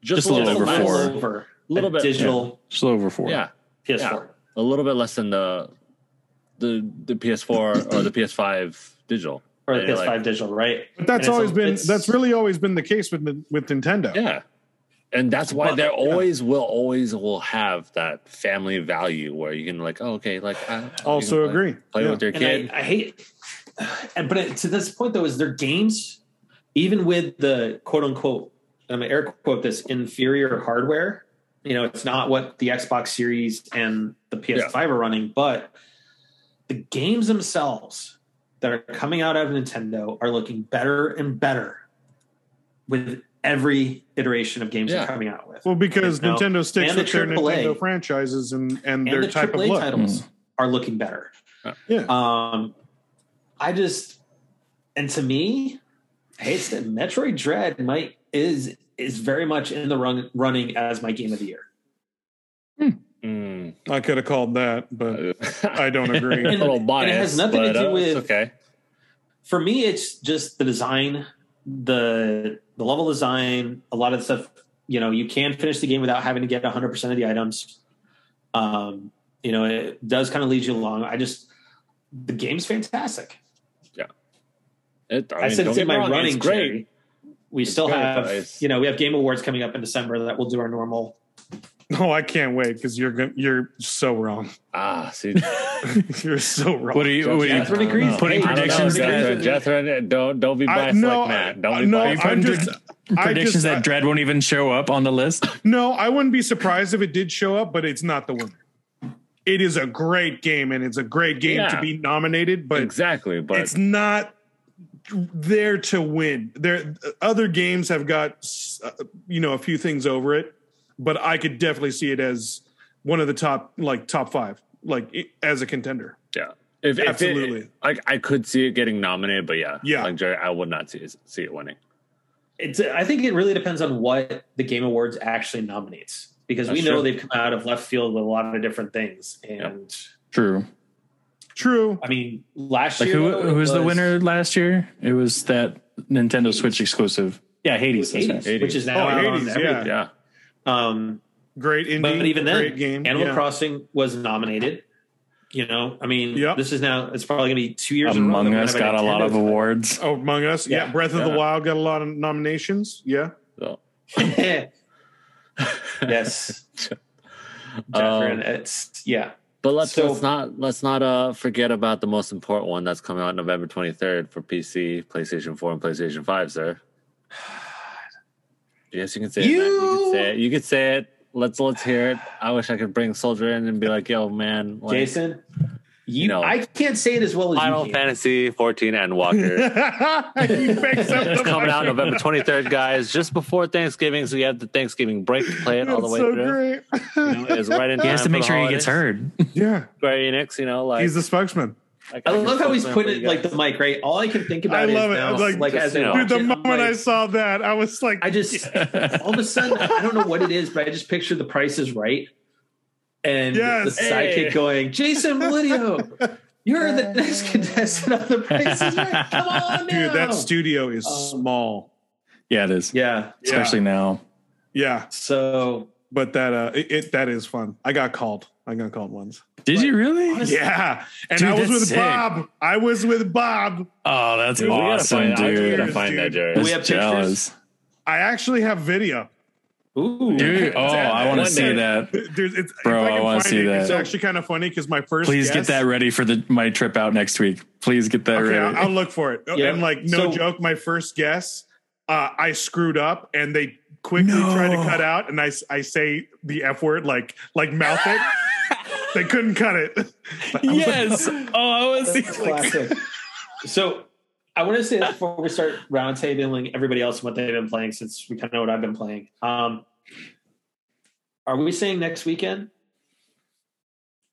Speaker 3: just,
Speaker 2: Just a little
Speaker 1: just
Speaker 2: over
Speaker 1: a little
Speaker 2: four.
Speaker 1: over a
Speaker 3: Little bit,
Speaker 1: digital
Speaker 2: Just a little over four.
Speaker 3: yeah,
Speaker 1: PS4.
Speaker 3: a little bit less than the the the PS4 or the PS5 digital.
Speaker 1: Or the
Speaker 3: And you're
Speaker 1: PS5
Speaker 3: like,
Speaker 1: digital, right?
Speaker 4: But that's
Speaker 1: it's a-
Speaker 4: always been
Speaker 1: it's-
Speaker 4: that's really always been the case with Nin- with Nintendo.
Speaker 3: Yeah. And that's why
Speaker 1: Well,
Speaker 3: there
Speaker 1: yeah.
Speaker 3: always will always will have that family value where you can like oh, okay like I
Speaker 4: Also
Speaker 3: you can play-
Speaker 4: agree.
Speaker 3: play
Speaker 4: Yeah.
Speaker 3: with your
Speaker 1: And I,
Speaker 3: kid
Speaker 1: I hate and but it- to this point though, is their games, even with the quote unquote, I'm gonna air quote this inferior hardware. You know, it's not what the Xbox Series and the PS5 are running, but the games themselves that are coming out of Nintendo are looking better and better with every iteration of games
Speaker 3: Yeah.
Speaker 1: they're coming out with.
Speaker 4: Well, because
Speaker 1: No.
Speaker 4: Nintendo sticks
Speaker 1: And the
Speaker 4: with their
Speaker 1: AAA.
Speaker 4: Nintendo franchises and and,
Speaker 1: and
Speaker 4: their
Speaker 1: the
Speaker 4: type of
Speaker 1: AAA
Speaker 4: look. Mm.
Speaker 1: titles are looking better.
Speaker 4: Yeah.
Speaker 1: Um, I just and to me, I hate that Metroid Dread might is is very much in the run, running as my game of the year.
Speaker 3: Mm.
Speaker 4: I could have called that, but I don't
Speaker 3: a
Speaker 4: agree.
Speaker 1: And-
Speaker 3: little uh,
Speaker 1: and it
Speaker 3: biased
Speaker 1: has nothing to
Speaker 3: but,
Speaker 1: do
Speaker 3: uh, it's
Speaker 1: with-
Speaker 3: okay
Speaker 1: For me, it's just the design the the level design, a lot of the stuff. You know, you can finish the game without having to get 100 percent of the items. Um, you know, it does kind of lead you along. I just the game's fantastic.
Speaker 3: It, I,
Speaker 1: I,
Speaker 3: mean,
Speaker 1: said
Speaker 3: don't
Speaker 1: it's
Speaker 3: get
Speaker 1: in
Speaker 3: me
Speaker 1: my
Speaker 3: wrong,
Speaker 1: running.
Speaker 3: It's great.
Speaker 1: Jerry. We
Speaker 3: It's
Speaker 1: still
Speaker 3: great,
Speaker 1: have,
Speaker 3: but it's-
Speaker 1: you know, we have Game Awards coming up in December that we'll do our normal.
Speaker 4: Oh, I can't wait because you're gon- you're so wrong.
Speaker 3: Ah, see,
Speaker 4: you're so wrong.
Speaker 2: What are you? What are you
Speaker 1: Jethro degrees.
Speaker 2: putting
Speaker 1: Hey,
Speaker 3: I don't know,
Speaker 2: predictions?
Speaker 3: Jethro,
Speaker 2: that,
Speaker 3: Jethro, don't don't be
Speaker 4: I-
Speaker 3: biased
Speaker 4: no,
Speaker 3: like Matt. Don't
Speaker 4: I-
Speaker 3: be
Speaker 4: no,
Speaker 2: Are you
Speaker 3: biased.
Speaker 4: I'm
Speaker 2: putting
Speaker 4: just,
Speaker 2: predic-
Speaker 4: I
Speaker 2: predictions
Speaker 4: just,
Speaker 2: that Dread won't even show up on the list.
Speaker 4: no, I wouldn't be surprised if it did show up, but it's not the winner. It is a great game, and it's a great game
Speaker 3: Yeah.
Speaker 4: to be nominated, but
Speaker 3: exactly, but
Speaker 4: it's not there to win. There, other games have got s- uh, you know a few things over it, but I could definitely see it as one of the top like top five, like i- as a contender.
Speaker 3: yeah, if, if
Speaker 4: Absolutely.
Speaker 3: it, I I could see it getting nominated, but yeah,
Speaker 4: Yeah.
Speaker 3: like Jerry, I would not see it, see it winning.
Speaker 1: It's, I think it really depends on what the Game Awards actually nominates because we
Speaker 3: That's
Speaker 1: know
Speaker 3: true.
Speaker 1: they've come out of left field with a lot of different things. And
Speaker 2: True.
Speaker 4: True.
Speaker 1: I mean, last
Speaker 2: Like
Speaker 1: year
Speaker 2: who
Speaker 1: it
Speaker 2: who was the winner last year? It was that Nintendo Switch exclusive. Yeah,
Speaker 1: It was
Speaker 2: Hades. That's
Speaker 1: Hades,
Speaker 2: right.
Speaker 3: Hades.
Speaker 1: which is now
Speaker 4: Oh,
Speaker 1: out on
Speaker 4: Hades,
Speaker 1: everything.
Speaker 3: Yeah,
Speaker 1: Um,
Speaker 4: Great indie.
Speaker 1: but even then,
Speaker 4: great game.
Speaker 1: Animal
Speaker 4: yeah.
Speaker 1: Crossing was nominated. You know, I mean,
Speaker 4: Yep.
Speaker 1: this is now it's probably going to be two years. in a row that
Speaker 2: Among
Speaker 1: we're
Speaker 2: Us
Speaker 1: gonna have
Speaker 2: got a lot of
Speaker 1: Nintendo-
Speaker 2: awards.
Speaker 4: Oh, Among Us, yeah.
Speaker 1: Yeah.
Speaker 4: Breath of the
Speaker 3: Yeah.
Speaker 4: Wild got a lot of nominations. Yeah,
Speaker 3: So,
Speaker 1: yes,
Speaker 3: um,
Speaker 1: Jeffrey, and it's yeah.
Speaker 3: But let's,
Speaker 1: So-
Speaker 3: let's not let's not uh forget about the most important one that's coming out November twenty third for PC, PlayStation four, and PlayStation five, sir. Yes, you can say it. Man. You
Speaker 1: You-
Speaker 3: can say it. You can say it. Let's let's hear it. I wish I could bring Soldier in and be like, "Yo, man, like,
Speaker 1: Jason, you
Speaker 3: No.
Speaker 1: I can't say it as well as
Speaker 3: Final
Speaker 1: you can.
Speaker 3: Fantasy fourteen and
Speaker 4: he
Speaker 3: Walker."
Speaker 4: makes up
Speaker 3: it's
Speaker 4: the
Speaker 3: coming out
Speaker 4: budget.
Speaker 3: November twenty third, guys, just before Thanksgiving, so you have the Thanksgiving break to play it all the
Speaker 4: That's
Speaker 3: way
Speaker 4: so
Speaker 3: through.
Speaker 4: great.
Speaker 3: You know, it's right in
Speaker 2: He
Speaker 3: time
Speaker 2: has to
Speaker 3: for
Speaker 2: make
Speaker 3: the
Speaker 2: sure he
Speaker 3: holidays.
Speaker 2: gets heard.
Speaker 4: yeah,
Speaker 3: Square Enix, you know, like
Speaker 4: he's the spokesman.
Speaker 1: I love how he's putting it like the mic right. All I can think about
Speaker 4: I love
Speaker 1: is
Speaker 4: it.
Speaker 1: now,
Speaker 4: Like,
Speaker 1: like,
Speaker 3: just,
Speaker 1: as I
Speaker 3: you know,
Speaker 1: watch
Speaker 4: Dude, the
Speaker 1: it, I'm
Speaker 4: moment I
Speaker 1: like,
Speaker 4: saw that, I was like,
Speaker 1: I just all of a sudden I don't know what it is, but I just picture the Price is Right and
Speaker 4: Yes.
Speaker 1: the
Speaker 3: Hey.
Speaker 1: sidekick going, Jason Melidio, you're the next contestant on the Price is Right. Come on, now.
Speaker 4: dude, that studio is
Speaker 1: Um,
Speaker 4: small.
Speaker 2: yeah, it is.
Speaker 1: yeah.
Speaker 4: Yeah.
Speaker 2: Especially now.
Speaker 4: Yeah,
Speaker 1: So
Speaker 4: but that uh, it, it that is fun. I got called. I got called once.
Speaker 2: Did you really?
Speaker 1: honestly-
Speaker 4: Yeah, and
Speaker 2: Dude,
Speaker 4: I was
Speaker 2: that's
Speaker 4: with
Speaker 2: sick.
Speaker 4: Bob. I was with Bob.
Speaker 2: Oh, that's
Speaker 3: Dude, we gotta
Speaker 2: awesome,
Speaker 3: find- I
Speaker 2: dude.
Speaker 3: gotta
Speaker 4: Dude,
Speaker 3: find that,
Speaker 4: dude.
Speaker 3: Jerry.
Speaker 2: That's
Speaker 1: We have
Speaker 2: jealous.
Speaker 4: I actually have video.
Speaker 1: ooh
Speaker 2: Dude, oh, I want
Speaker 3: One
Speaker 2: to see
Speaker 3: day.
Speaker 2: that.
Speaker 4: There's, it's, if
Speaker 2: Bro,
Speaker 4: I,
Speaker 2: I
Speaker 4: can
Speaker 2: wanna
Speaker 4: find
Speaker 2: see
Speaker 4: it,
Speaker 2: that.
Speaker 4: It's actually kind of funny because my first.
Speaker 2: Please get
Speaker 4: guess-
Speaker 2: that ready for the my trip out next week. Please get that
Speaker 4: Okay,
Speaker 2: ready.
Speaker 4: I'll, I'll look for it.
Speaker 1: Yeah.
Speaker 4: And like, no
Speaker 1: So-
Speaker 4: joke, my first guess, uh, I screwed up, and they quickly
Speaker 2: No.
Speaker 4: tried to cut out, and I s- I say the f word like like mouth it. they couldn't cut it.
Speaker 2: yes. Oh, I want to see.
Speaker 1: That's classic. so I want to say that before we start roundtabling everybody else and what they've been playing, since we kind of know what I've been playing. Um, are we saying next weekend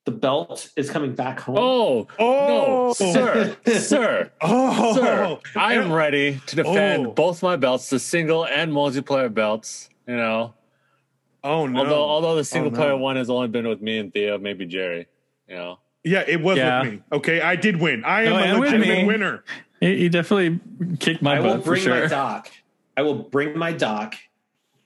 Speaker 1: the belt is coming back home?
Speaker 3: Oh,
Speaker 4: Oh,
Speaker 3: no, sir, sir,
Speaker 4: Oh,
Speaker 3: sir! I am ready to defend
Speaker 4: Oh.
Speaker 3: both my belts, the single and multiplayer belts. You know,
Speaker 4: Oh no!
Speaker 3: although although the single
Speaker 4: no.
Speaker 3: player one has only been with me and Theo, maybe Jerry. You know,
Speaker 4: yeah, it was
Speaker 2: Yeah.
Speaker 4: with me. Okay, I did win. I am
Speaker 2: No,
Speaker 4: a
Speaker 2: and with
Speaker 4: legitimate
Speaker 2: me.
Speaker 4: winner.
Speaker 2: He, he definitely kicked my
Speaker 1: I will
Speaker 2: butt for
Speaker 1: bring my
Speaker 2: sure.
Speaker 1: doc. I will bring my doc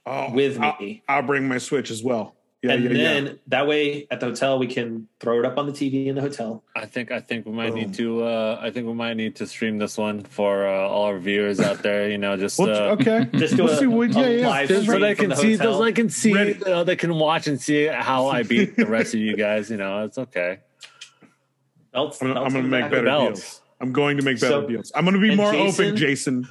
Speaker 4: Oh,
Speaker 1: with
Speaker 4: I'll,
Speaker 1: me,
Speaker 4: I'll bring my switch as well. Yeah,
Speaker 1: and
Speaker 4: yeah,
Speaker 1: then
Speaker 4: yeah.
Speaker 1: that way at the hotel we can throw it up on the TV in the hotel.
Speaker 3: I think I think we might
Speaker 4: Boom.
Speaker 3: need to uh, I think we might need to stream this one for uh, all our viewers out there. You know, just.
Speaker 4: Well,
Speaker 3: Uh,
Speaker 4: okay.
Speaker 1: Just do
Speaker 4: We'll
Speaker 1: a,
Speaker 4: see what-
Speaker 1: a
Speaker 4: yeah, yeah.
Speaker 1: live
Speaker 3: just so
Speaker 1: stream
Speaker 3: they
Speaker 1: from
Speaker 3: can
Speaker 1: the
Speaker 3: see,
Speaker 1: hotel.
Speaker 3: so they can see,
Speaker 4: Ready.
Speaker 3: you know, they can watch and see how I beat the rest of you guys. You know, it's okay.
Speaker 1: Belts-
Speaker 4: I'm gonna- I'm
Speaker 1: belts
Speaker 4: gonna
Speaker 1: in the
Speaker 4: make
Speaker 1: back.
Speaker 4: better
Speaker 3: Belts.
Speaker 4: deals. I'm going to make better
Speaker 1: So-
Speaker 4: deals. I'm going to be
Speaker 1: and
Speaker 4: more
Speaker 1: Jason-
Speaker 4: open, Jason.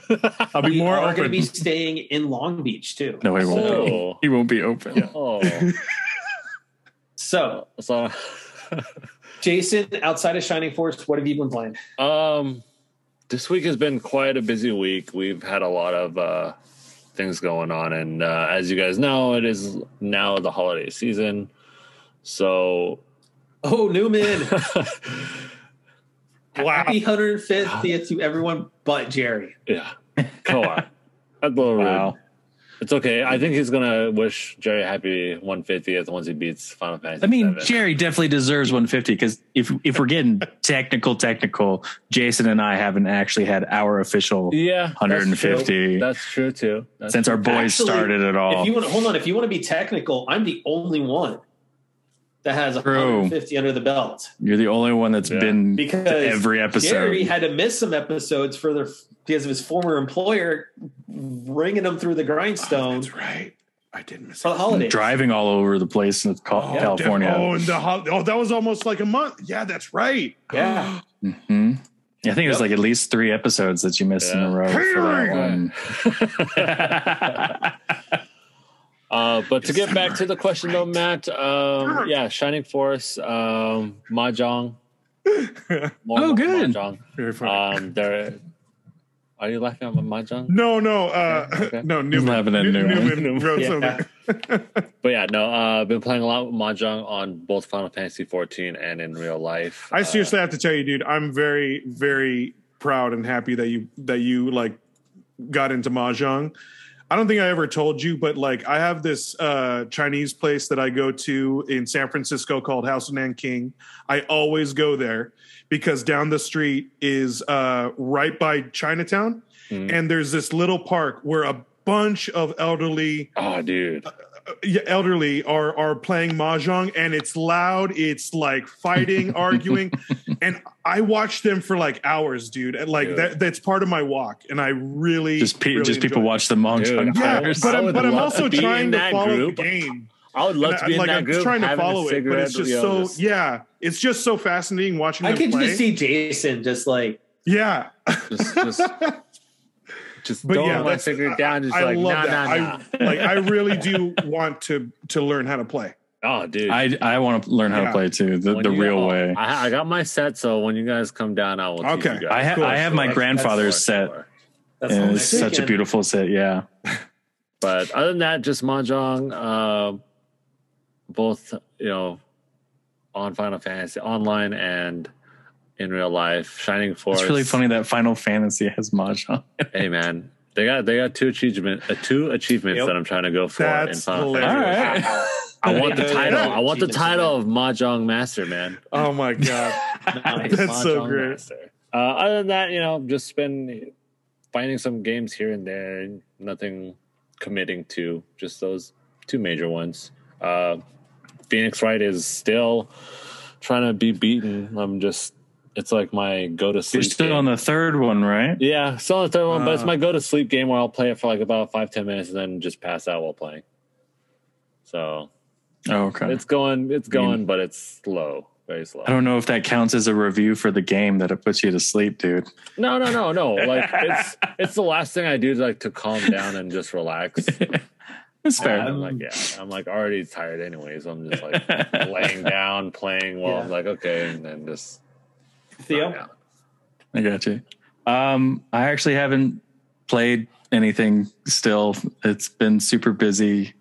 Speaker 4: I'll be
Speaker 1: we
Speaker 4: more
Speaker 1: are going
Speaker 4: open.
Speaker 1: to be staying in Long Beach too.
Speaker 2: No, he won't.
Speaker 1: So-
Speaker 2: be. He won't be open.
Speaker 3: Oh.
Speaker 1: So,
Speaker 3: So,
Speaker 1: Jason, outside of Shining Force, what have you been playing?
Speaker 3: um, this week has been quite a busy week. We've had a lot of uh, things going on, and uh, as you guys know, it is now the holiday season. So,
Speaker 1: Oh, Newman!
Speaker 4: Wow. Oh,
Speaker 1: Happy 150th to everyone but Jerry.
Speaker 3: yeah, come on, that's a little rude.
Speaker 2: Wow.
Speaker 3: It's okay. I think he's gonna wish Jerry happy 150th once he beats Final Fantasy.
Speaker 2: I mean,
Speaker 3: VII.
Speaker 2: Jerry definitely deserves 150 because if if we're getting technical, technical, Jason and I haven't actually had our official
Speaker 3: yeah, that's
Speaker 2: 150.
Speaker 3: true. That's true, too. That's
Speaker 2: since our boys
Speaker 1: Actually,
Speaker 2: started it
Speaker 1: If
Speaker 2: all.
Speaker 1: you want to hold on, if you want to be technical, I'm the only one that has
Speaker 2: True.
Speaker 1: 150 under the belt
Speaker 2: You're the only one that's
Speaker 3: Yeah.
Speaker 2: been
Speaker 1: because
Speaker 2: to every episode.
Speaker 1: Jerry had to miss some episodes for their because of his former employer ringing him through the grindstone
Speaker 4: That's right. I did miss
Speaker 1: for the holidays.
Speaker 2: driving all over the place in Cal-
Speaker 4: Oh,
Speaker 2: California.
Speaker 4: def- Oh, and the hol- oh, that was almost like a month. Yeah, that's right.
Speaker 1: Yeah.
Speaker 2: Mhm. I think it was like at least three episodes that you missed in
Speaker 3: Yeah.
Speaker 2: a row. For that
Speaker 4: Harry!
Speaker 2: one.
Speaker 3: Um, Uh, but to get back
Speaker 4: December,
Speaker 3: to the question though, Matt, um, yeah, Shining Force, um, Mahjong. More
Speaker 2: Oh,
Speaker 3: ma-
Speaker 2: good.
Speaker 3: Mahjong.
Speaker 4: Very funny.
Speaker 3: Um, there. Are you laughing at my Mahjong?
Speaker 4: no, no, uh,
Speaker 3: okay.
Speaker 4: no. Newman,
Speaker 2: laughing at
Speaker 4: New-
Speaker 2: Newman.
Speaker 4: wrote
Speaker 1: Yeah.
Speaker 4: something.
Speaker 3: But yeah, no. Uh, I've been playing a lot with Mahjong on both Final Fantasy 14 and in real life.
Speaker 4: I
Speaker 3: Uh,
Speaker 4: seriously have to tell you, dude. I'm very, very proud and happy that you that you like got into mahjong. I don't think I ever told you, but like I have this uh, Chinese place that I go to in San Francisco called House of Nanking. I always go there because down the street is uh, right by Chinatown,
Speaker 3: Mhm.
Speaker 4: and there's this little park where a bunch of elderly
Speaker 3: Oh, dude.
Speaker 4: yeah, elderly are are playing mahjong and it's loud it's like fighting arguing and i watched them for like hours dude and like
Speaker 3: Yeah.
Speaker 4: that that's part of my walk and i really
Speaker 2: just pe-
Speaker 4: really
Speaker 2: just people
Speaker 4: enjoy it.
Speaker 2: watch the Mong
Speaker 3: Dude,
Speaker 2: Chung
Speaker 4: yeah
Speaker 2: fires.
Speaker 4: but
Speaker 3: I
Speaker 4: i'm,
Speaker 3: would
Speaker 4: but I'm
Speaker 3: love
Speaker 4: also
Speaker 3: to be in
Speaker 4: trying to
Speaker 3: that
Speaker 4: follow
Speaker 3: group.
Speaker 4: the game
Speaker 3: I would love
Speaker 4: And
Speaker 3: to
Speaker 4: I-
Speaker 3: be in
Speaker 4: like
Speaker 3: that
Speaker 4: i'm
Speaker 3: group.
Speaker 4: trying to
Speaker 3: having a
Speaker 4: follow it but
Speaker 3: cigarette
Speaker 4: it's just
Speaker 3: with the
Speaker 4: so
Speaker 3: others.
Speaker 4: yeah it's just so fascinating watching
Speaker 1: I
Speaker 4: them
Speaker 1: could
Speaker 4: play
Speaker 1: just see Jason just like
Speaker 4: yeah
Speaker 3: Just, just, just
Speaker 4: But
Speaker 3: throwing
Speaker 4: yeah,
Speaker 3: my
Speaker 4: that's-
Speaker 3: cigarette down. Just
Speaker 4: i
Speaker 3: like,
Speaker 4: love
Speaker 3: nah,
Speaker 4: that
Speaker 3: nah, nah.
Speaker 4: i like i really do want to to learn how to play
Speaker 3: oh, dude.
Speaker 2: I I want to learn how
Speaker 4: Yeah.
Speaker 2: to play too the,
Speaker 3: When
Speaker 2: the
Speaker 3: you-
Speaker 2: real
Speaker 3: oh,
Speaker 2: way.
Speaker 3: I, I got my set, so when you guys come down, I will.
Speaker 4: Okay.
Speaker 3: Teach you guys.
Speaker 2: I ha-
Speaker 4: cool.
Speaker 2: I have my
Speaker 3: That's-
Speaker 2: grandfather's
Speaker 3: that's
Speaker 2: set.
Speaker 3: hard for.
Speaker 1: that's
Speaker 2: And
Speaker 1: all
Speaker 2: it's
Speaker 1: next
Speaker 2: such
Speaker 1: weekend.
Speaker 2: a beautiful set. Yeah.
Speaker 3: But other than that, just mahjong. Uh, both you know, on Final Fantasy online and in real life, Shining Force.
Speaker 2: It's really funny that Final Fantasy has mahjong.
Speaker 3: Hey man, they got they got two achievement uh, two achievements
Speaker 1: Yep.
Speaker 3: that I'm trying to go for in
Speaker 4: That's
Speaker 3: Final
Speaker 4: hilarious.
Speaker 3: Fantasy.
Speaker 2: Alright.
Speaker 3: I want the
Speaker 1: Yeah.
Speaker 3: title.
Speaker 1: Yeah.
Speaker 3: I want the title of Mahjong Master, man.
Speaker 4: oh my god
Speaker 1: Nice.
Speaker 4: That's so
Speaker 3: Mahjong
Speaker 4: great.
Speaker 3: Master. Uh, other than that, you know, just been finding some games here and there. Nothing committing to just those two major ones. Uh, Phoenix Wright is still trying to be beaten. I'm just, it's like my go to
Speaker 2: You're
Speaker 3: sleep.
Speaker 2: still
Speaker 3: game.
Speaker 2: on the third one, right?
Speaker 3: yeah, still on the third one, but it's
Speaker 4: Uh.
Speaker 3: my go to sleep game where I'll play it for like about five ten minutes and then just pass out while playing. So
Speaker 2: Oh, okay.
Speaker 3: it's going, it's
Speaker 2: I mean-
Speaker 3: going, but it's slow, very slow.
Speaker 2: I don't know if that counts as a review for the game that it puts you to sleep, dude.
Speaker 3: No, no, no, no. Like it's it's the last thing I do like to calm down and just relax.
Speaker 2: It's fair.
Speaker 3: I'm like, yeah, I'm like already tired anyways. I'm just like laying down, playing while I'm
Speaker 1: Yeah.
Speaker 3: like, okay, and then just knock
Speaker 1: Theo,
Speaker 3: out.
Speaker 2: I got you. Um, I actually haven't played anything still. It's been super busy.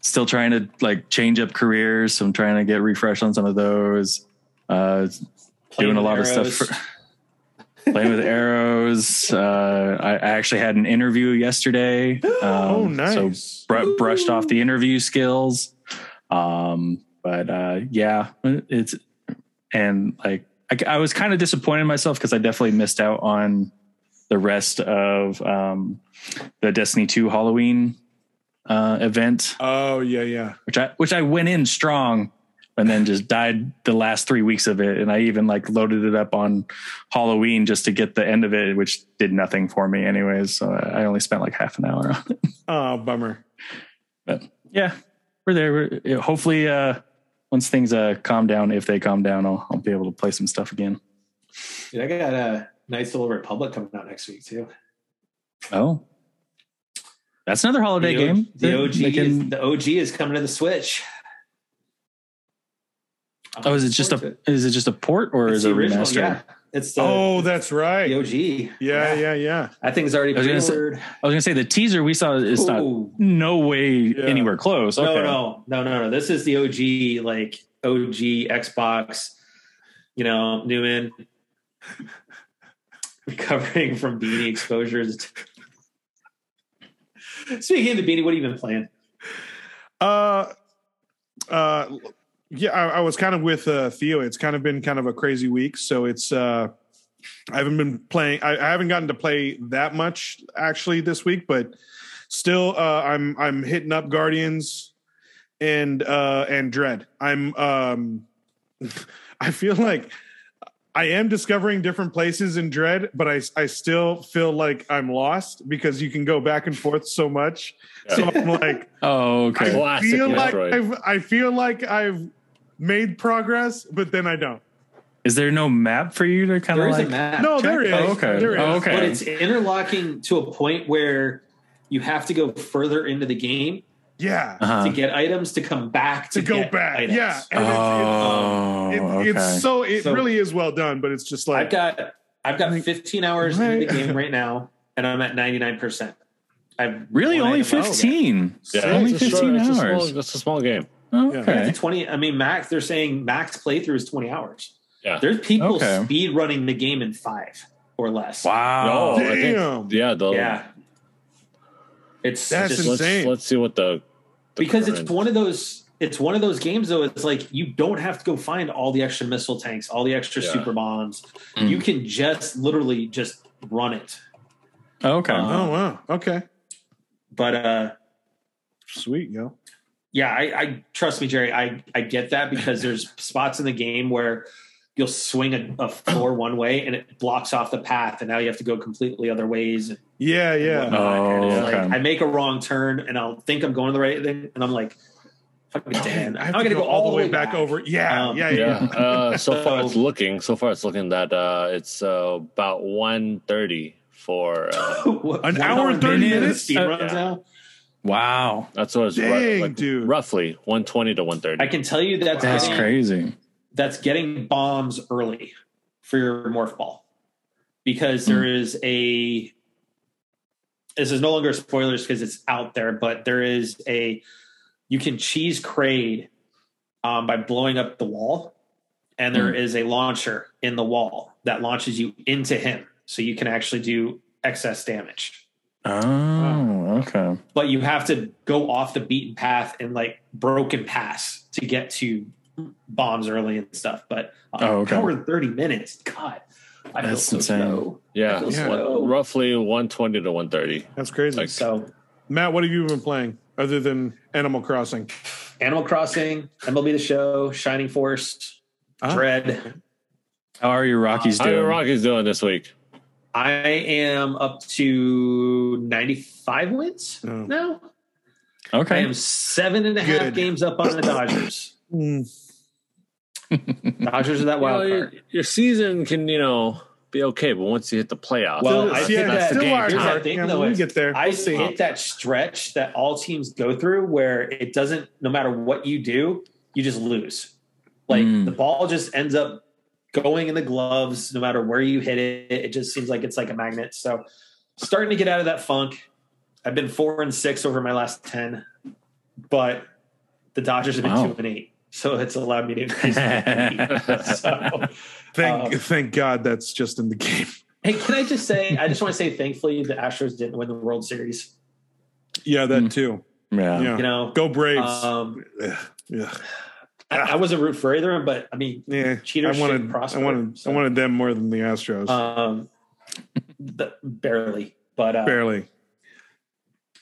Speaker 2: Still trying to like change up careers. So I'm trying to get refresh on some of those. Uh, doing a lot of
Speaker 1: arrows.
Speaker 2: stuff. for- playing with arrows. Uh, I I actually had an interview yesterday. Um,
Speaker 4: oh
Speaker 2: So
Speaker 4: nice
Speaker 2: br- brushed off the interview skills. Um, but uh, yeah, it's and like I, I was kind of disappointed in myself because I definitely missed out on the rest of um, the Destiny Two Halloween uh, event,
Speaker 4: oh yeah yeah
Speaker 2: which I which I went in strong. And then just died the last three weeks of it, and I even like loaded it up on Halloween just to get the end of it, which did nothing for me, anyways. So I I only spent like half an hour on
Speaker 4: oh bummer
Speaker 2: yeah, we're there. We're, yeah, hopefully, uh, once things uh, calm down, if they calm down, I'll, I'll be able to play some stuff again.
Speaker 1: Dude, I got a nice little Republic coming out next week too.
Speaker 2: Oh, that's another holiday
Speaker 1: the O-
Speaker 2: game.
Speaker 1: The
Speaker 2: that
Speaker 1: OG,
Speaker 2: they can-
Speaker 1: is, the OG is coming to the Switch. I'm
Speaker 2: oh, is it
Speaker 1: looking
Speaker 2: just
Speaker 1: forward
Speaker 2: a
Speaker 1: to
Speaker 2: is it just a port or
Speaker 1: It's
Speaker 2: is
Speaker 1: the
Speaker 2: it a
Speaker 1: original,
Speaker 2: remaster?
Speaker 1: yeah. It's the,
Speaker 4: oh, that's right.
Speaker 1: the
Speaker 4: Yeah,
Speaker 1: OG.
Speaker 4: yeah, yeah.
Speaker 1: That thing's already
Speaker 2: I was gonna say-
Speaker 1: pre-ordered.
Speaker 2: I was gonna say the teaser we saw is not
Speaker 1: Ooh.
Speaker 2: no way
Speaker 4: Yeah.
Speaker 2: anywhere close. Okay.
Speaker 1: No, no, no, no, no. This is the OG, like OG Xbox, you know, Newman recovering from beanie exposures. Speaking of the beanie, what have you been playing?
Speaker 4: Uh, uh, yeah, I, I was kind of with uh, Theo. It's kind of been kind of a crazy week, so it's uh, I haven't been playing. I, I haven't gotten to play that much actually this week, but still, uh, I'm I'm hitting up Guardians and uh, and Dread. I'm um, I feel like I am discovering different places in Dread, but I I still feel like I'm lost because you can go back and forth so much. So I'm like.
Speaker 2: Oh, okay.
Speaker 3: Well,
Speaker 4: I
Speaker 3: Classic
Speaker 4: feel like
Speaker 3: Metroid.
Speaker 4: I've, I feel like I've made progress, but then I don't.
Speaker 2: Is there no map for you to kind
Speaker 1: There
Speaker 2: of
Speaker 1: is
Speaker 2: like?
Speaker 1: a map.
Speaker 4: No, there
Speaker 1: check,
Speaker 4: is.
Speaker 2: Oh, okay.
Speaker 4: There is.
Speaker 2: Oh, okay.
Speaker 1: But it's interlocking to a point where you have to go further into the game
Speaker 4: Yeah,
Speaker 2: Uh-huh.
Speaker 1: to get items to come back to,
Speaker 4: to go
Speaker 1: get
Speaker 4: back.
Speaker 1: items.
Speaker 4: Yeah, and
Speaker 2: Oh,
Speaker 4: it's, it's, um, it,
Speaker 2: okay.
Speaker 4: it's so it
Speaker 1: So-
Speaker 4: really is well done, but it's just
Speaker 1: I've
Speaker 4: like
Speaker 1: got I've got
Speaker 4: Like,
Speaker 1: 15 hours
Speaker 4: why-
Speaker 1: into the game right now, and I'm at 99. percent I've
Speaker 2: really
Speaker 1: one
Speaker 2: only
Speaker 1: item out.
Speaker 2: fifteen.
Speaker 3: Yeah,
Speaker 2: only
Speaker 3: it's a short-
Speaker 2: fifteen
Speaker 3: it's a small-
Speaker 2: hours.
Speaker 3: It's a small game.
Speaker 2: Okay.
Speaker 1: 20. I mean, max. They're saying max playthrough is 20 hours.
Speaker 3: Yeah.
Speaker 1: There's people
Speaker 2: Okay.
Speaker 1: speed running the game in five or less.
Speaker 2: Wow.
Speaker 3: No, I think-
Speaker 4: Damn.
Speaker 3: yeah, the,
Speaker 1: Yeah. It's
Speaker 4: That's
Speaker 1: just
Speaker 4: insane.
Speaker 3: Let's, let's see what the, the
Speaker 1: because it's
Speaker 3: current-
Speaker 1: one of those it's one of those games though it's like you don't have to go find all the extra missile tanks all the extra
Speaker 3: Yeah.
Speaker 1: super bombs
Speaker 2: Mm.
Speaker 1: you can just literally just run it
Speaker 2: Okay.
Speaker 1: Um,
Speaker 4: oh wow, okay,
Speaker 1: but uh
Speaker 4: sweet yo.
Speaker 1: yeah i, I trust me jerry I, I get that because there's spots in the game where you'll swing a, a floor one way and it blocks off the path and now you have to go completely other ways and
Speaker 4: Yeah, yeah.
Speaker 1: whatnot. And it's
Speaker 2: Oh,
Speaker 1: like,
Speaker 2: okay.
Speaker 1: i make a wrong turn and i'll think i'm going the right thing and i'm like fucking damn
Speaker 4: I
Speaker 1: i'm
Speaker 4: have
Speaker 1: gonna
Speaker 4: to
Speaker 1: go, all
Speaker 4: the way back, over. Yeah,
Speaker 1: Um,
Speaker 4: yeah, yeah.
Speaker 3: yeah. Uh, so far,
Speaker 1: So-
Speaker 3: it's looking. So far, it's looking that uh, it's uh, about one thirty for. Uh,
Speaker 1: What-
Speaker 4: An
Speaker 1: one
Speaker 4: hour and 30
Speaker 1: minute
Speaker 4: minutes?
Speaker 2: Uh,
Speaker 1: speed runs
Speaker 3: Yeah.
Speaker 1: now?
Speaker 2: Wow.
Speaker 3: that's what it's ru-
Speaker 4: Dang,
Speaker 3: like,
Speaker 4: dude.
Speaker 3: roughly one twenty to one
Speaker 1: I
Speaker 3: thirty.
Speaker 1: can tell you that's
Speaker 2: That's
Speaker 1: getting,
Speaker 2: crazy.
Speaker 1: That's getting bombs early for your morph ball because there is a. This is no longer spoilers because it's out there, but there is a. You can cheese crade um, by blowing up the wall, and there is a launcher in the wall that launches you into him, so you can actually do excess damage.
Speaker 2: Oh, okay.
Speaker 1: but you have to go off the beaten path and like broken pass to get to bombs early and stuff. But um,
Speaker 2: Oh, okay.
Speaker 1: hour and thirty minutes, God, I
Speaker 2: That's
Speaker 1: feel so
Speaker 2: insane.
Speaker 1: slow. I
Speaker 3: Yeah,
Speaker 1: feel
Speaker 4: Yeah.
Speaker 3: Oh.
Speaker 1: slow.
Speaker 3: roughly one twenty to one thirty.
Speaker 4: That's crazy.
Speaker 3: Like-
Speaker 1: So,
Speaker 4: Matt, what have you been playing other than Animal Crossing?
Speaker 1: Animal Crossing, MLB The Show, Shining Force,
Speaker 2: Ah.
Speaker 4: Huh?
Speaker 1: Dread.
Speaker 2: How are your Rockies
Speaker 3: How are
Speaker 2: doing?
Speaker 3: Rockies doing this week?
Speaker 1: I am up to ninety-five wins
Speaker 4: Oh.
Speaker 1: now. I
Speaker 2: Hmm. Okay.
Speaker 1: am seven and a half
Speaker 4: Good.
Speaker 1: games up on the Dodgers.
Speaker 4: Mm,
Speaker 1: Dodgers are that wild
Speaker 3: You know, your-
Speaker 1: card.
Speaker 3: your season can you know be okay, but once you hit the playoffs,
Speaker 1: Well,
Speaker 4: still,
Speaker 1: I
Speaker 4: see,
Speaker 1: think
Speaker 4: I
Speaker 1: that's
Speaker 4: still
Speaker 1: the game.
Speaker 4: are
Speaker 1: Here's
Speaker 4: tired.
Speaker 1: that thing,
Speaker 4: Yeah,
Speaker 1: though,
Speaker 4: when we
Speaker 1: is
Speaker 4: get there.
Speaker 1: I
Speaker 4: We'll see.
Speaker 1: hit that stretch that all teams go through where it doesn't, no matter what you do, you just lose. Like
Speaker 2: Mm.
Speaker 1: the ball just ends up going in the gloves, no matter where you hit it. It just seems like it's like a magnet. So starting to get out of that funk. I've been four and six over my last 10, but the Dodgers have been
Speaker 2: Wow.
Speaker 1: two and eight. So it's allowed me to increase. so,
Speaker 4: Thank,
Speaker 1: Um,
Speaker 4: thank God that's just in the game.
Speaker 1: hey, can I just say, I just want to say thankfully the Astros didn't win the World Series.
Speaker 4: Yeah, that
Speaker 2: Mm.
Speaker 4: too.
Speaker 2: yeah.
Speaker 4: Yeah.
Speaker 1: You know,
Speaker 4: Go Braves.
Speaker 1: Um,
Speaker 4: Ugh, ugh.
Speaker 1: I, I wasn't root for either, but I mean,
Speaker 4: Yeah,
Speaker 1: Cheaters
Speaker 4: I
Speaker 1: should
Speaker 4: wanted,
Speaker 1: prosper,
Speaker 4: I wanted,
Speaker 1: so.
Speaker 4: I wanted them more than the Astros.
Speaker 1: um, the, barely. But uh,
Speaker 4: Barely.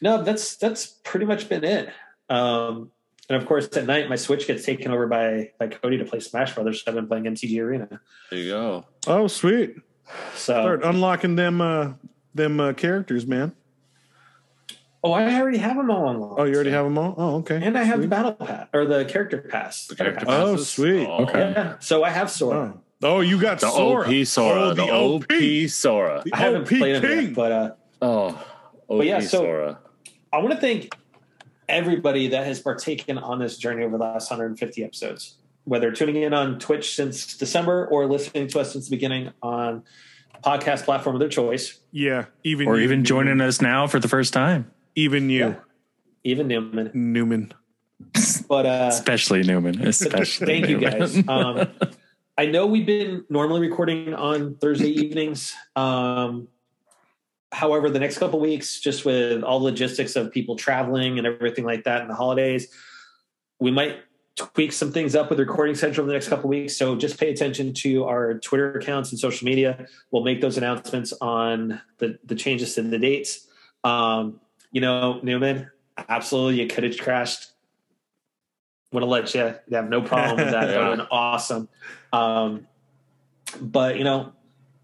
Speaker 1: no, that's that's pretty much been it. Um, and of course, at night my Switch gets taken over by by Cody to play Smash Brothers. I've been playing MTG Arena,
Speaker 3: there you go.
Speaker 4: Oh, sweet!
Speaker 1: so
Speaker 4: Start unlocking them, uh, them uh, characters, man.
Speaker 1: oh, I already have them all unlocked.
Speaker 4: Oh, you already have them all. Oh, okay.
Speaker 1: and I have the
Speaker 4: Sweet.
Speaker 1: battle pass or the character pass.
Speaker 3: The character
Speaker 1: pass.
Speaker 4: Oh,
Speaker 3: passes.
Speaker 4: sweet.
Speaker 3: Oh.
Speaker 2: Okay.
Speaker 1: Yeah, so I have Sora.
Speaker 4: Oh, oh you got
Speaker 3: The
Speaker 4: Sora.
Speaker 3: OP Sora.
Speaker 4: Oh,
Speaker 3: the, OP, Sora.
Speaker 4: The
Speaker 1: I haven't
Speaker 4: OP
Speaker 1: played it
Speaker 4: King.
Speaker 1: yet, but uh,
Speaker 3: Oh, OP
Speaker 1: yeah, so-
Speaker 3: Sora.
Speaker 1: I want to thank everybody that has partaken on this journey over the last 150 episodes, whether tuning in on Twitch since December or listening to us since the beginning on podcast platform of their choice.
Speaker 4: Yeah, even
Speaker 2: Or
Speaker 4: you,
Speaker 2: even
Speaker 4: Newman.
Speaker 2: joining us now for the first time,
Speaker 4: Even you,
Speaker 1: Yeah. Even Newman,
Speaker 4: Newman.
Speaker 1: but uh,
Speaker 2: especially Newman. Especially.
Speaker 1: thank you
Speaker 2: Newman.
Speaker 1: guys. Um, I know we've been normally recording on Thursday evenings. Um, however, the next couple weeks, just with all the logistics of people traveling and everything like that, and the holidays, we might tweak some things up with Recording Central in the next couple weeks. So just pay attention to our Twitter accounts and social media. We'll make those announcements on the the changes in the dates. Um, you know, Newman, absolutely, you could have crashed. Would have let you. You'd have no problem with that. That would have been awesome. Um, but you know,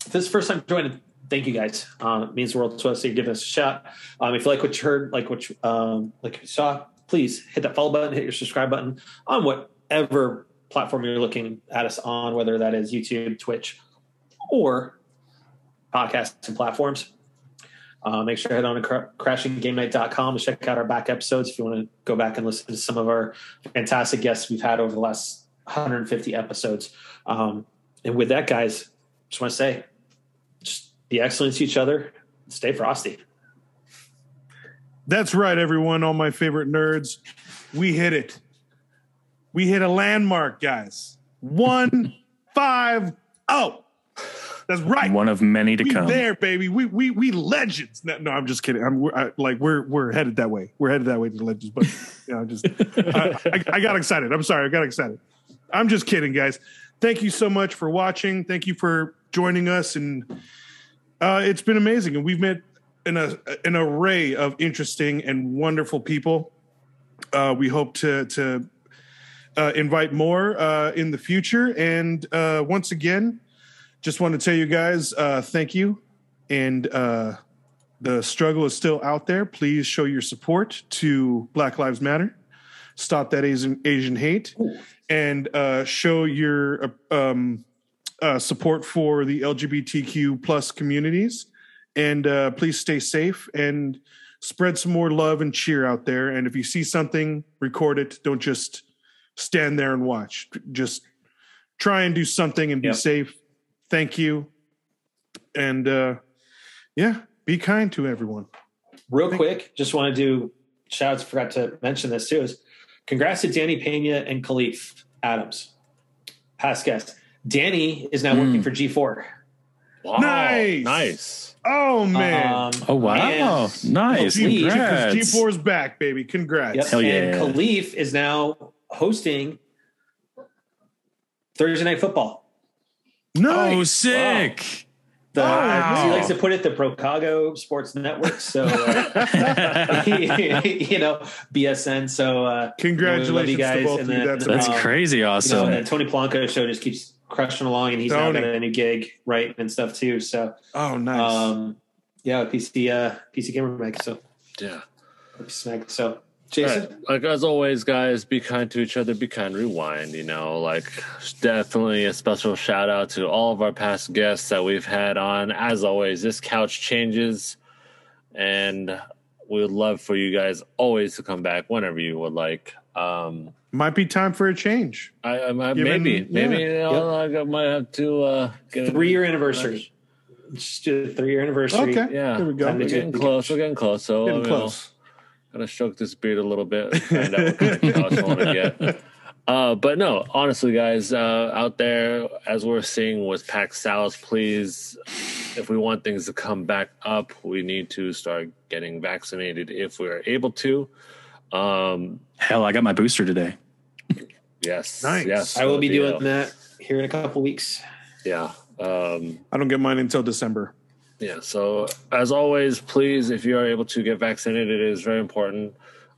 Speaker 1: if this is the first time joining, thank you guys. Um, it means the world to us. So you're giving us a shot. Um, if you like what you heard, like what you, um, like you saw, please hit that follow button, hit your subscribe button on whatever platform you're looking at us on, whether that is YouTube, Twitch, or podcasting platforms. Uh, make sure to head on to cra- crashinggamenight.com to check out our back episodes if you want to go back and listen to some of our fantastic guests we've had over the last 150 episodes. Um, and with that, guys, just want to say, just be excellent to each other. Stay frosty.
Speaker 4: That's right, everyone, all my favorite nerds. We hit it. We hit a landmark, guys. One, five, oh. That's right.
Speaker 2: One of many to
Speaker 4: we
Speaker 2: come.
Speaker 4: there, baby. We we we legends. No, no I'm just kidding. I'm we're, I, like we're we're headed that way. We're headed that way to legends. But you know, just I, I, I got excited. I'm sorry. I got excited. I'm just kidding, guys. Thank you so much for watching. Thank you for joining us, and uh, it's been amazing. And we've met an a, an array of interesting and wonderful people. Uh, we hope to to uh, invite more uh, in the future. And uh, once again, just want to tell you guys uh, thank you and uh, the struggle is still out there please show your support to black lives matter stop that asian, asian hate and uh, show your uh, um, uh, support for the lgbtq plus communities and uh, please stay safe and spread some more love and cheer out there and if you see something record it don't just stand there and watch just try and do something and be
Speaker 1: Yep.
Speaker 4: safe thank you and uh yeah be kind to everyone
Speaker 1: Real quick, just want to do shout outs. Forgot to mention this too. Is congrats to Danny Pena and Khalif Adams, past guests. Danny is now
Speaker 2: Mm.
Speaker 1: working for G4.
Speaker 3: Wow,
Speaker 4: Nice.
Speaker 3: nice.
Speaker 4: oh man
Speaker 1: Um,
Speaker 2: Oh wow!
Speaker 1: and-
Speaker 2: Nice.
Speaker 1: G-
Speaker 2: Congrats.
Speaker 4: g4 is back baby congrats
Speaker 1: Yep.
Speaker 2: Hell
Speaker 1: And
Speaker 2: yeah.
Speaker 1: Khalif is now hosting Thursday Night Football.
Speaker 2: Oh,
Speaker 4: nice
Speaker 2: sick!
Speaker 1: The,
Speaker 4: Oh, Wow.
Speaker 1: as he likes to put it, the Procago Sports Network. So, uh, you know, BSN. So, uh,
Speaker 4: congratulations
Speaker 1: We love you
Speaker 4: to
Speaker 1: guys,
Speaker 4: both of
Speaker 1: and then,
Speaker 4: you that's
Speaker 1: um,
Speaker 2: That's
Speaker 4: amazing.
Speaker 2: crazy.
Speaker 1: you know,
Speaker 2: Awesome.
Speaker 1: and
Speaker 3: uh,
Speaker 1: then Tony Polanco show just keeps crushing along, and he's now
Speaker 4: Tony.
Speaker 1: got a new gig, right, and stuff too. So,
Speaker 4: oh nice
Speaker 1: um, yeah, with PC uh, PC Gamer Mag. So,
Speaker 3: Yeah.
Speaker 1: Mag. So,
Speaker 3: All
Speaker 1: Jason,
Speaker 3: right. Like as always, guys, be kind to each other. Be kind. Rewind. You know, like definitely a special shout out to all of our past guests that we've had on. As always, this couch changes, and we would love for you guys always to come back whenever you would like. Um,
Speaker 4: might be time for a change
Speaker 3: I, I, I-
Speaker 4: Given-
Speaker 3: maybe, maybe
Speaker 4: yeah.
Speaker 3: you know, I might have to uh, get a-
Speaker 1: three year anniversary. Just do the three year anniversary.
Speaker 4: okay
Speaker 3: Yeah,
Speaker 4: here we go
Speaker 1: Time
Speaker 3: We're
Speaker 1: to
Speaker 3: getting
Speaker 1: get-
Speaker 3: close. We're getting close. So
Speaker 4: getting
Speaker 3: you know,
Speaker 4: close
Speaker 3: gonna stroke this beard a little bit and find out what kind of couch I want to get. Uh, but no, honestly, guys, uh, out there, as we're seeing with Pax South, please, if we want things to come back up, we need to start getting vaccinated if we're able to. Um,
Speaker 2: Hell, I got my booster today.
Speaker 3: yes,
Speaker 4: Nice.
Speaker 3: yes,
Speaker 1: I will be
Speaker 3: deal.
Speaker 1: doing that here in a couple weeks.
Speaker 3: Yeah. Um,
Speaker 4: i don't get mine until december
Speaker 3: Yeah. So as always, please, if you are able to get vaccinated, it is very important.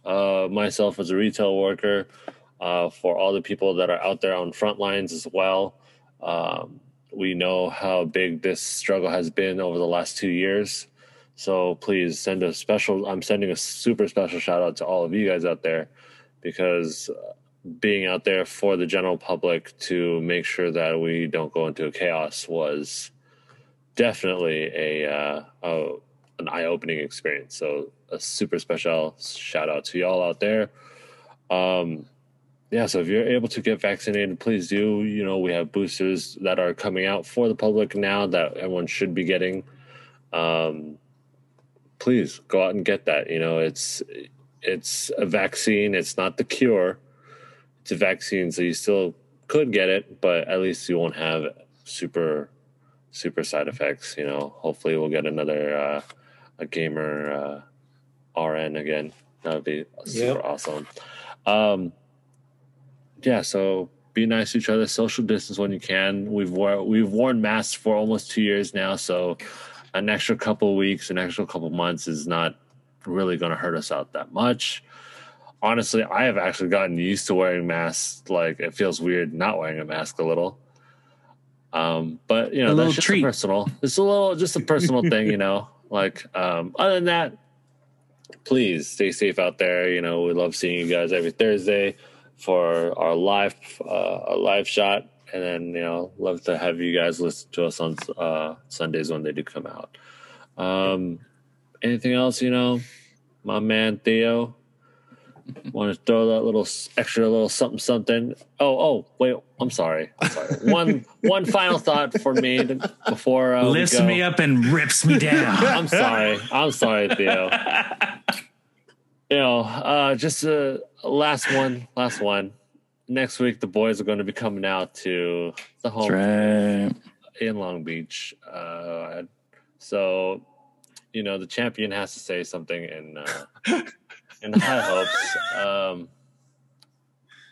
Speaker 3: Uh, myself as a retail worker, uh, for all the people that are out there on front lines as well. Um, we know how big this struggle has been over the last two years. So please send a special. I'm sending a super special shout out to all of you guys out there because uh, being out there for the general public to make sure that we don't go into chaos was definitely a, uh, a an eye opening experience. So a super special shout out to y'all out there. Um, yeah, so if you're able to get vaccinated, please do. You know, we have boosters that are coming out for the public now that everyone should be getting. Um, please go out and get that. You know, it's it's a vaccine. It's not the cure. It's a vaccine, so you still could get it, but at least you won't have super super side effects. You know, hopefully we'll get another uh, a gamer uh, RN again. That would be super
Speaker 1: Yep.
Speaker 3: awesome. Um, yeah, so be nice to each other. Social distance when you can. We've wore, we've worn masks for almost two years now, so an extra couple weeks, an extra couple months is not really going to hurt us out that much. Honestly, I have actually gotten used to wearing masks. Like it feels weird not wearing a mask a little. Um, but you know,
Speaker 2: A little
Speaker 3: that's just
Speaker 2: treat.
Speaker 3: a personal. It's a little, just a personal thing, you know. Like um, other than that, please stay safe out there. You know, we love seeing you guys every Thursday for our live uh, our live shot, and then you know, love to have you guys listen to us on uh, Sundays when they do come out. Um, anything else? You know, my man Theo, want to throw that little s- extra little something something? Oh, oh, wait, I'm sorry. I'm sorry. one one final thought for me to, before uh, we
Speaker 2: Lifts
Speaker 3: go.
Speaker 2: me up and rips me down.
Speaker 3: I'm sorry. I'm sorry, Theo. you know, uh, just uh, last one, last one. Next week, the boys are going to be coming out to the home
Speaker 2: That's right.
Speaker 3: in Long Beach. Uh, so, you know, the champion has to say something in uh, in high hopes. Um,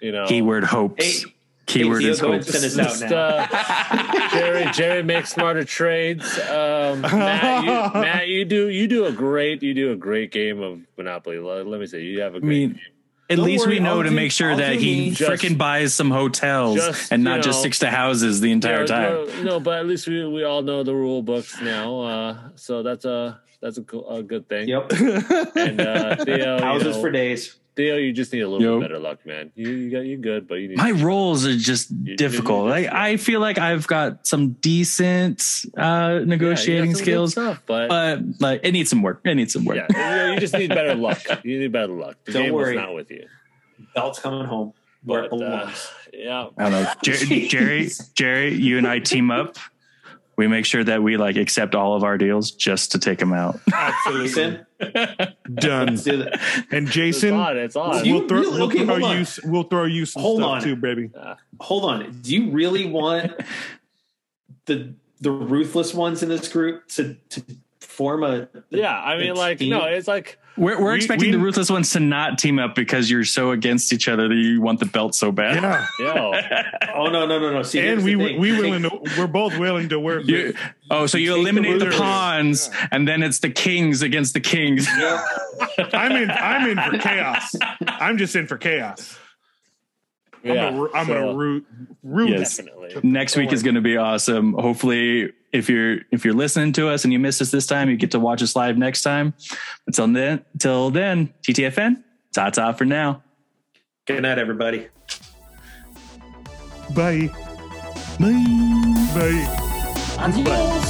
Speaker 3: you know,
Speaker 2: Keyword hopes.
Speaker 1: Hey,
Speaker 2: Keyword
Speaker 1: hey,
Speaker 2: is
Speaker 1: Theo, go ahead and
Speaker 2: hopes.
Speaker 1: send us
Speaker 3: just,
Speaker 1: out. now.
Speaker 3: uh, Jerry, Jerry, make smarter trades. Um, Matt, you, Matt, you do you do a great you do a great game of Monopoly. Let, let me say you have a
Speaker 2: I
Speaker 3: great.
Speaker 2: mean, at
Speaker 4: Don't
Speaker 2: least
Speaker 4: worry,
Speaker 2: we know
Speaker 4: I'll
Speaker 2: to
Speaker 4: do-
Speaker 2: make sure
Speaker 4: I'll
Speaker 2: that
Speaker 4: do
Speaker 2: he
Speaker 4: me.
Speaker 3: Just-
Speaker 2: freaking buys some hotels
Speaker 3: Just,
Speaker 2: and not
Speaker 3: you
Speaker 2: just
Speaker 3: know,
Speaker 2: sticks to houses the entire
Speaker 3: no,
Speaker 2: time.
Speaker 3: No, no, but at least we, we all know the rule books now. Uh, so that's a that's a, go- a good thing.
Speaker 1: Yep.
Speaker 3: And uh, Theo, you
Speaker 1: Houses
Speaker 3: know,
Speaker 1: for days.
Speaker 3: Theo, you just need a little
Speaker 2: Yo.
Speaker 3: bit better luck, man. You you got you good, but you need
Speaker 2: My roles are just
Speaker 3: you
Speaker 2: difficult.
Speaker 3: just-
Speaker 2: Like I feel like I've got some decent uh,
Speaker 3: Yeah, you got
Speaker 2: negotiating
Speaker 3: some good
Speaker 2: skills,
Speaker 3: stuff, but.
Speaker 2: but like it needs some work. It needs some work.
Speaker 3: yeah, you, know, you just need better luck. You need better luck. The
Speaker 1: Don't
Speaker 3: game
Speaker 1: worry.
Speaker 3: was not with you.
Speaker 1: Belt's coming home. Where it
Speaker 3: But, uh,
Speaker 1: belongs.
Speaker 3: yeah,
Speaker 2: I don't know. Jerry,
Speaker 1: Jeez.
Speaker 2: Jerry, Jerry, you and I team up. We make sure that we like accept all of our deals just to take them out.
Speaker 4: Absolutely
Speaker 1: Jason,
Speaker 4: done.
Speaker 1: let's do that.
Speaker 4: And
Speaker 3: it's
Speaker 4: Jason,
Speaker 3: odd. It's odd.
Speaker 1: You
Speaker 4: we'll throw,
Speaker 1: really-
Speaker 4: we'll
Speaker 1: okay,
Speaker 4: throw
Speaker 1: hold on.
Speaker 4: you s- we'll throw you some
Speaker 1: Hold
Speaker 4: stuff
Speaker 1: on.
Speaker 4: too, baby.
Speaker 1: Hold on. Do you really want the the ruthless ones in this group to to form a
Speaker 3: yeah, I mean,
Speaker 1: It's
Speaker 3: like,
Speaker 1: deep.
Speaker 3: no, it's like,
Speaker 2: We're, we're
Speaker 4: We-
Speaker 2: expecting
Speaker 4: we-
Speaker 2: the ruthless ones to not team up because you're so against each other that you want the belt so bad.
Speaker 4: Yeah,
Speaker 3: yo,
Speaker 1: Oh no no no no! See,
Speaker 4: and
Speaker 1: here's
Speaker 4: we
Speaker 1: the
Speaker 4: we
Speaker 1: thing.
Speaker 4: willing to, we're both willing to work.
Speaker 2: You- oh, so you
Speaker 1: Take the
Speaker 2: eliminate the
Speaker 1: rulers.
Speaker 2: pawns, and then it's the kings against the kings.
Speaker 1: Yeah.
Speaker 4: I'm in. I'm in for chaos. I'm just in for chaos.
Speaker 3: yeah,
Speaker 4: I'm gonna, ru- I'm
Speaker 3: so,
Speaker 4: gonna root. root
Speaker 2: Yes.
Speaker 3: definitely.
Speaker 2: Next week is going to be awesome. Hopefully, if you're if you're listening to us and you missed us this time, you get to watch us live next time. Until then, till then, TTFN, ta ta for now.
Speaker 1: Good night, everybody.
Speaker 4: Bye. Bye. Bye.
Speaker 5: Adios.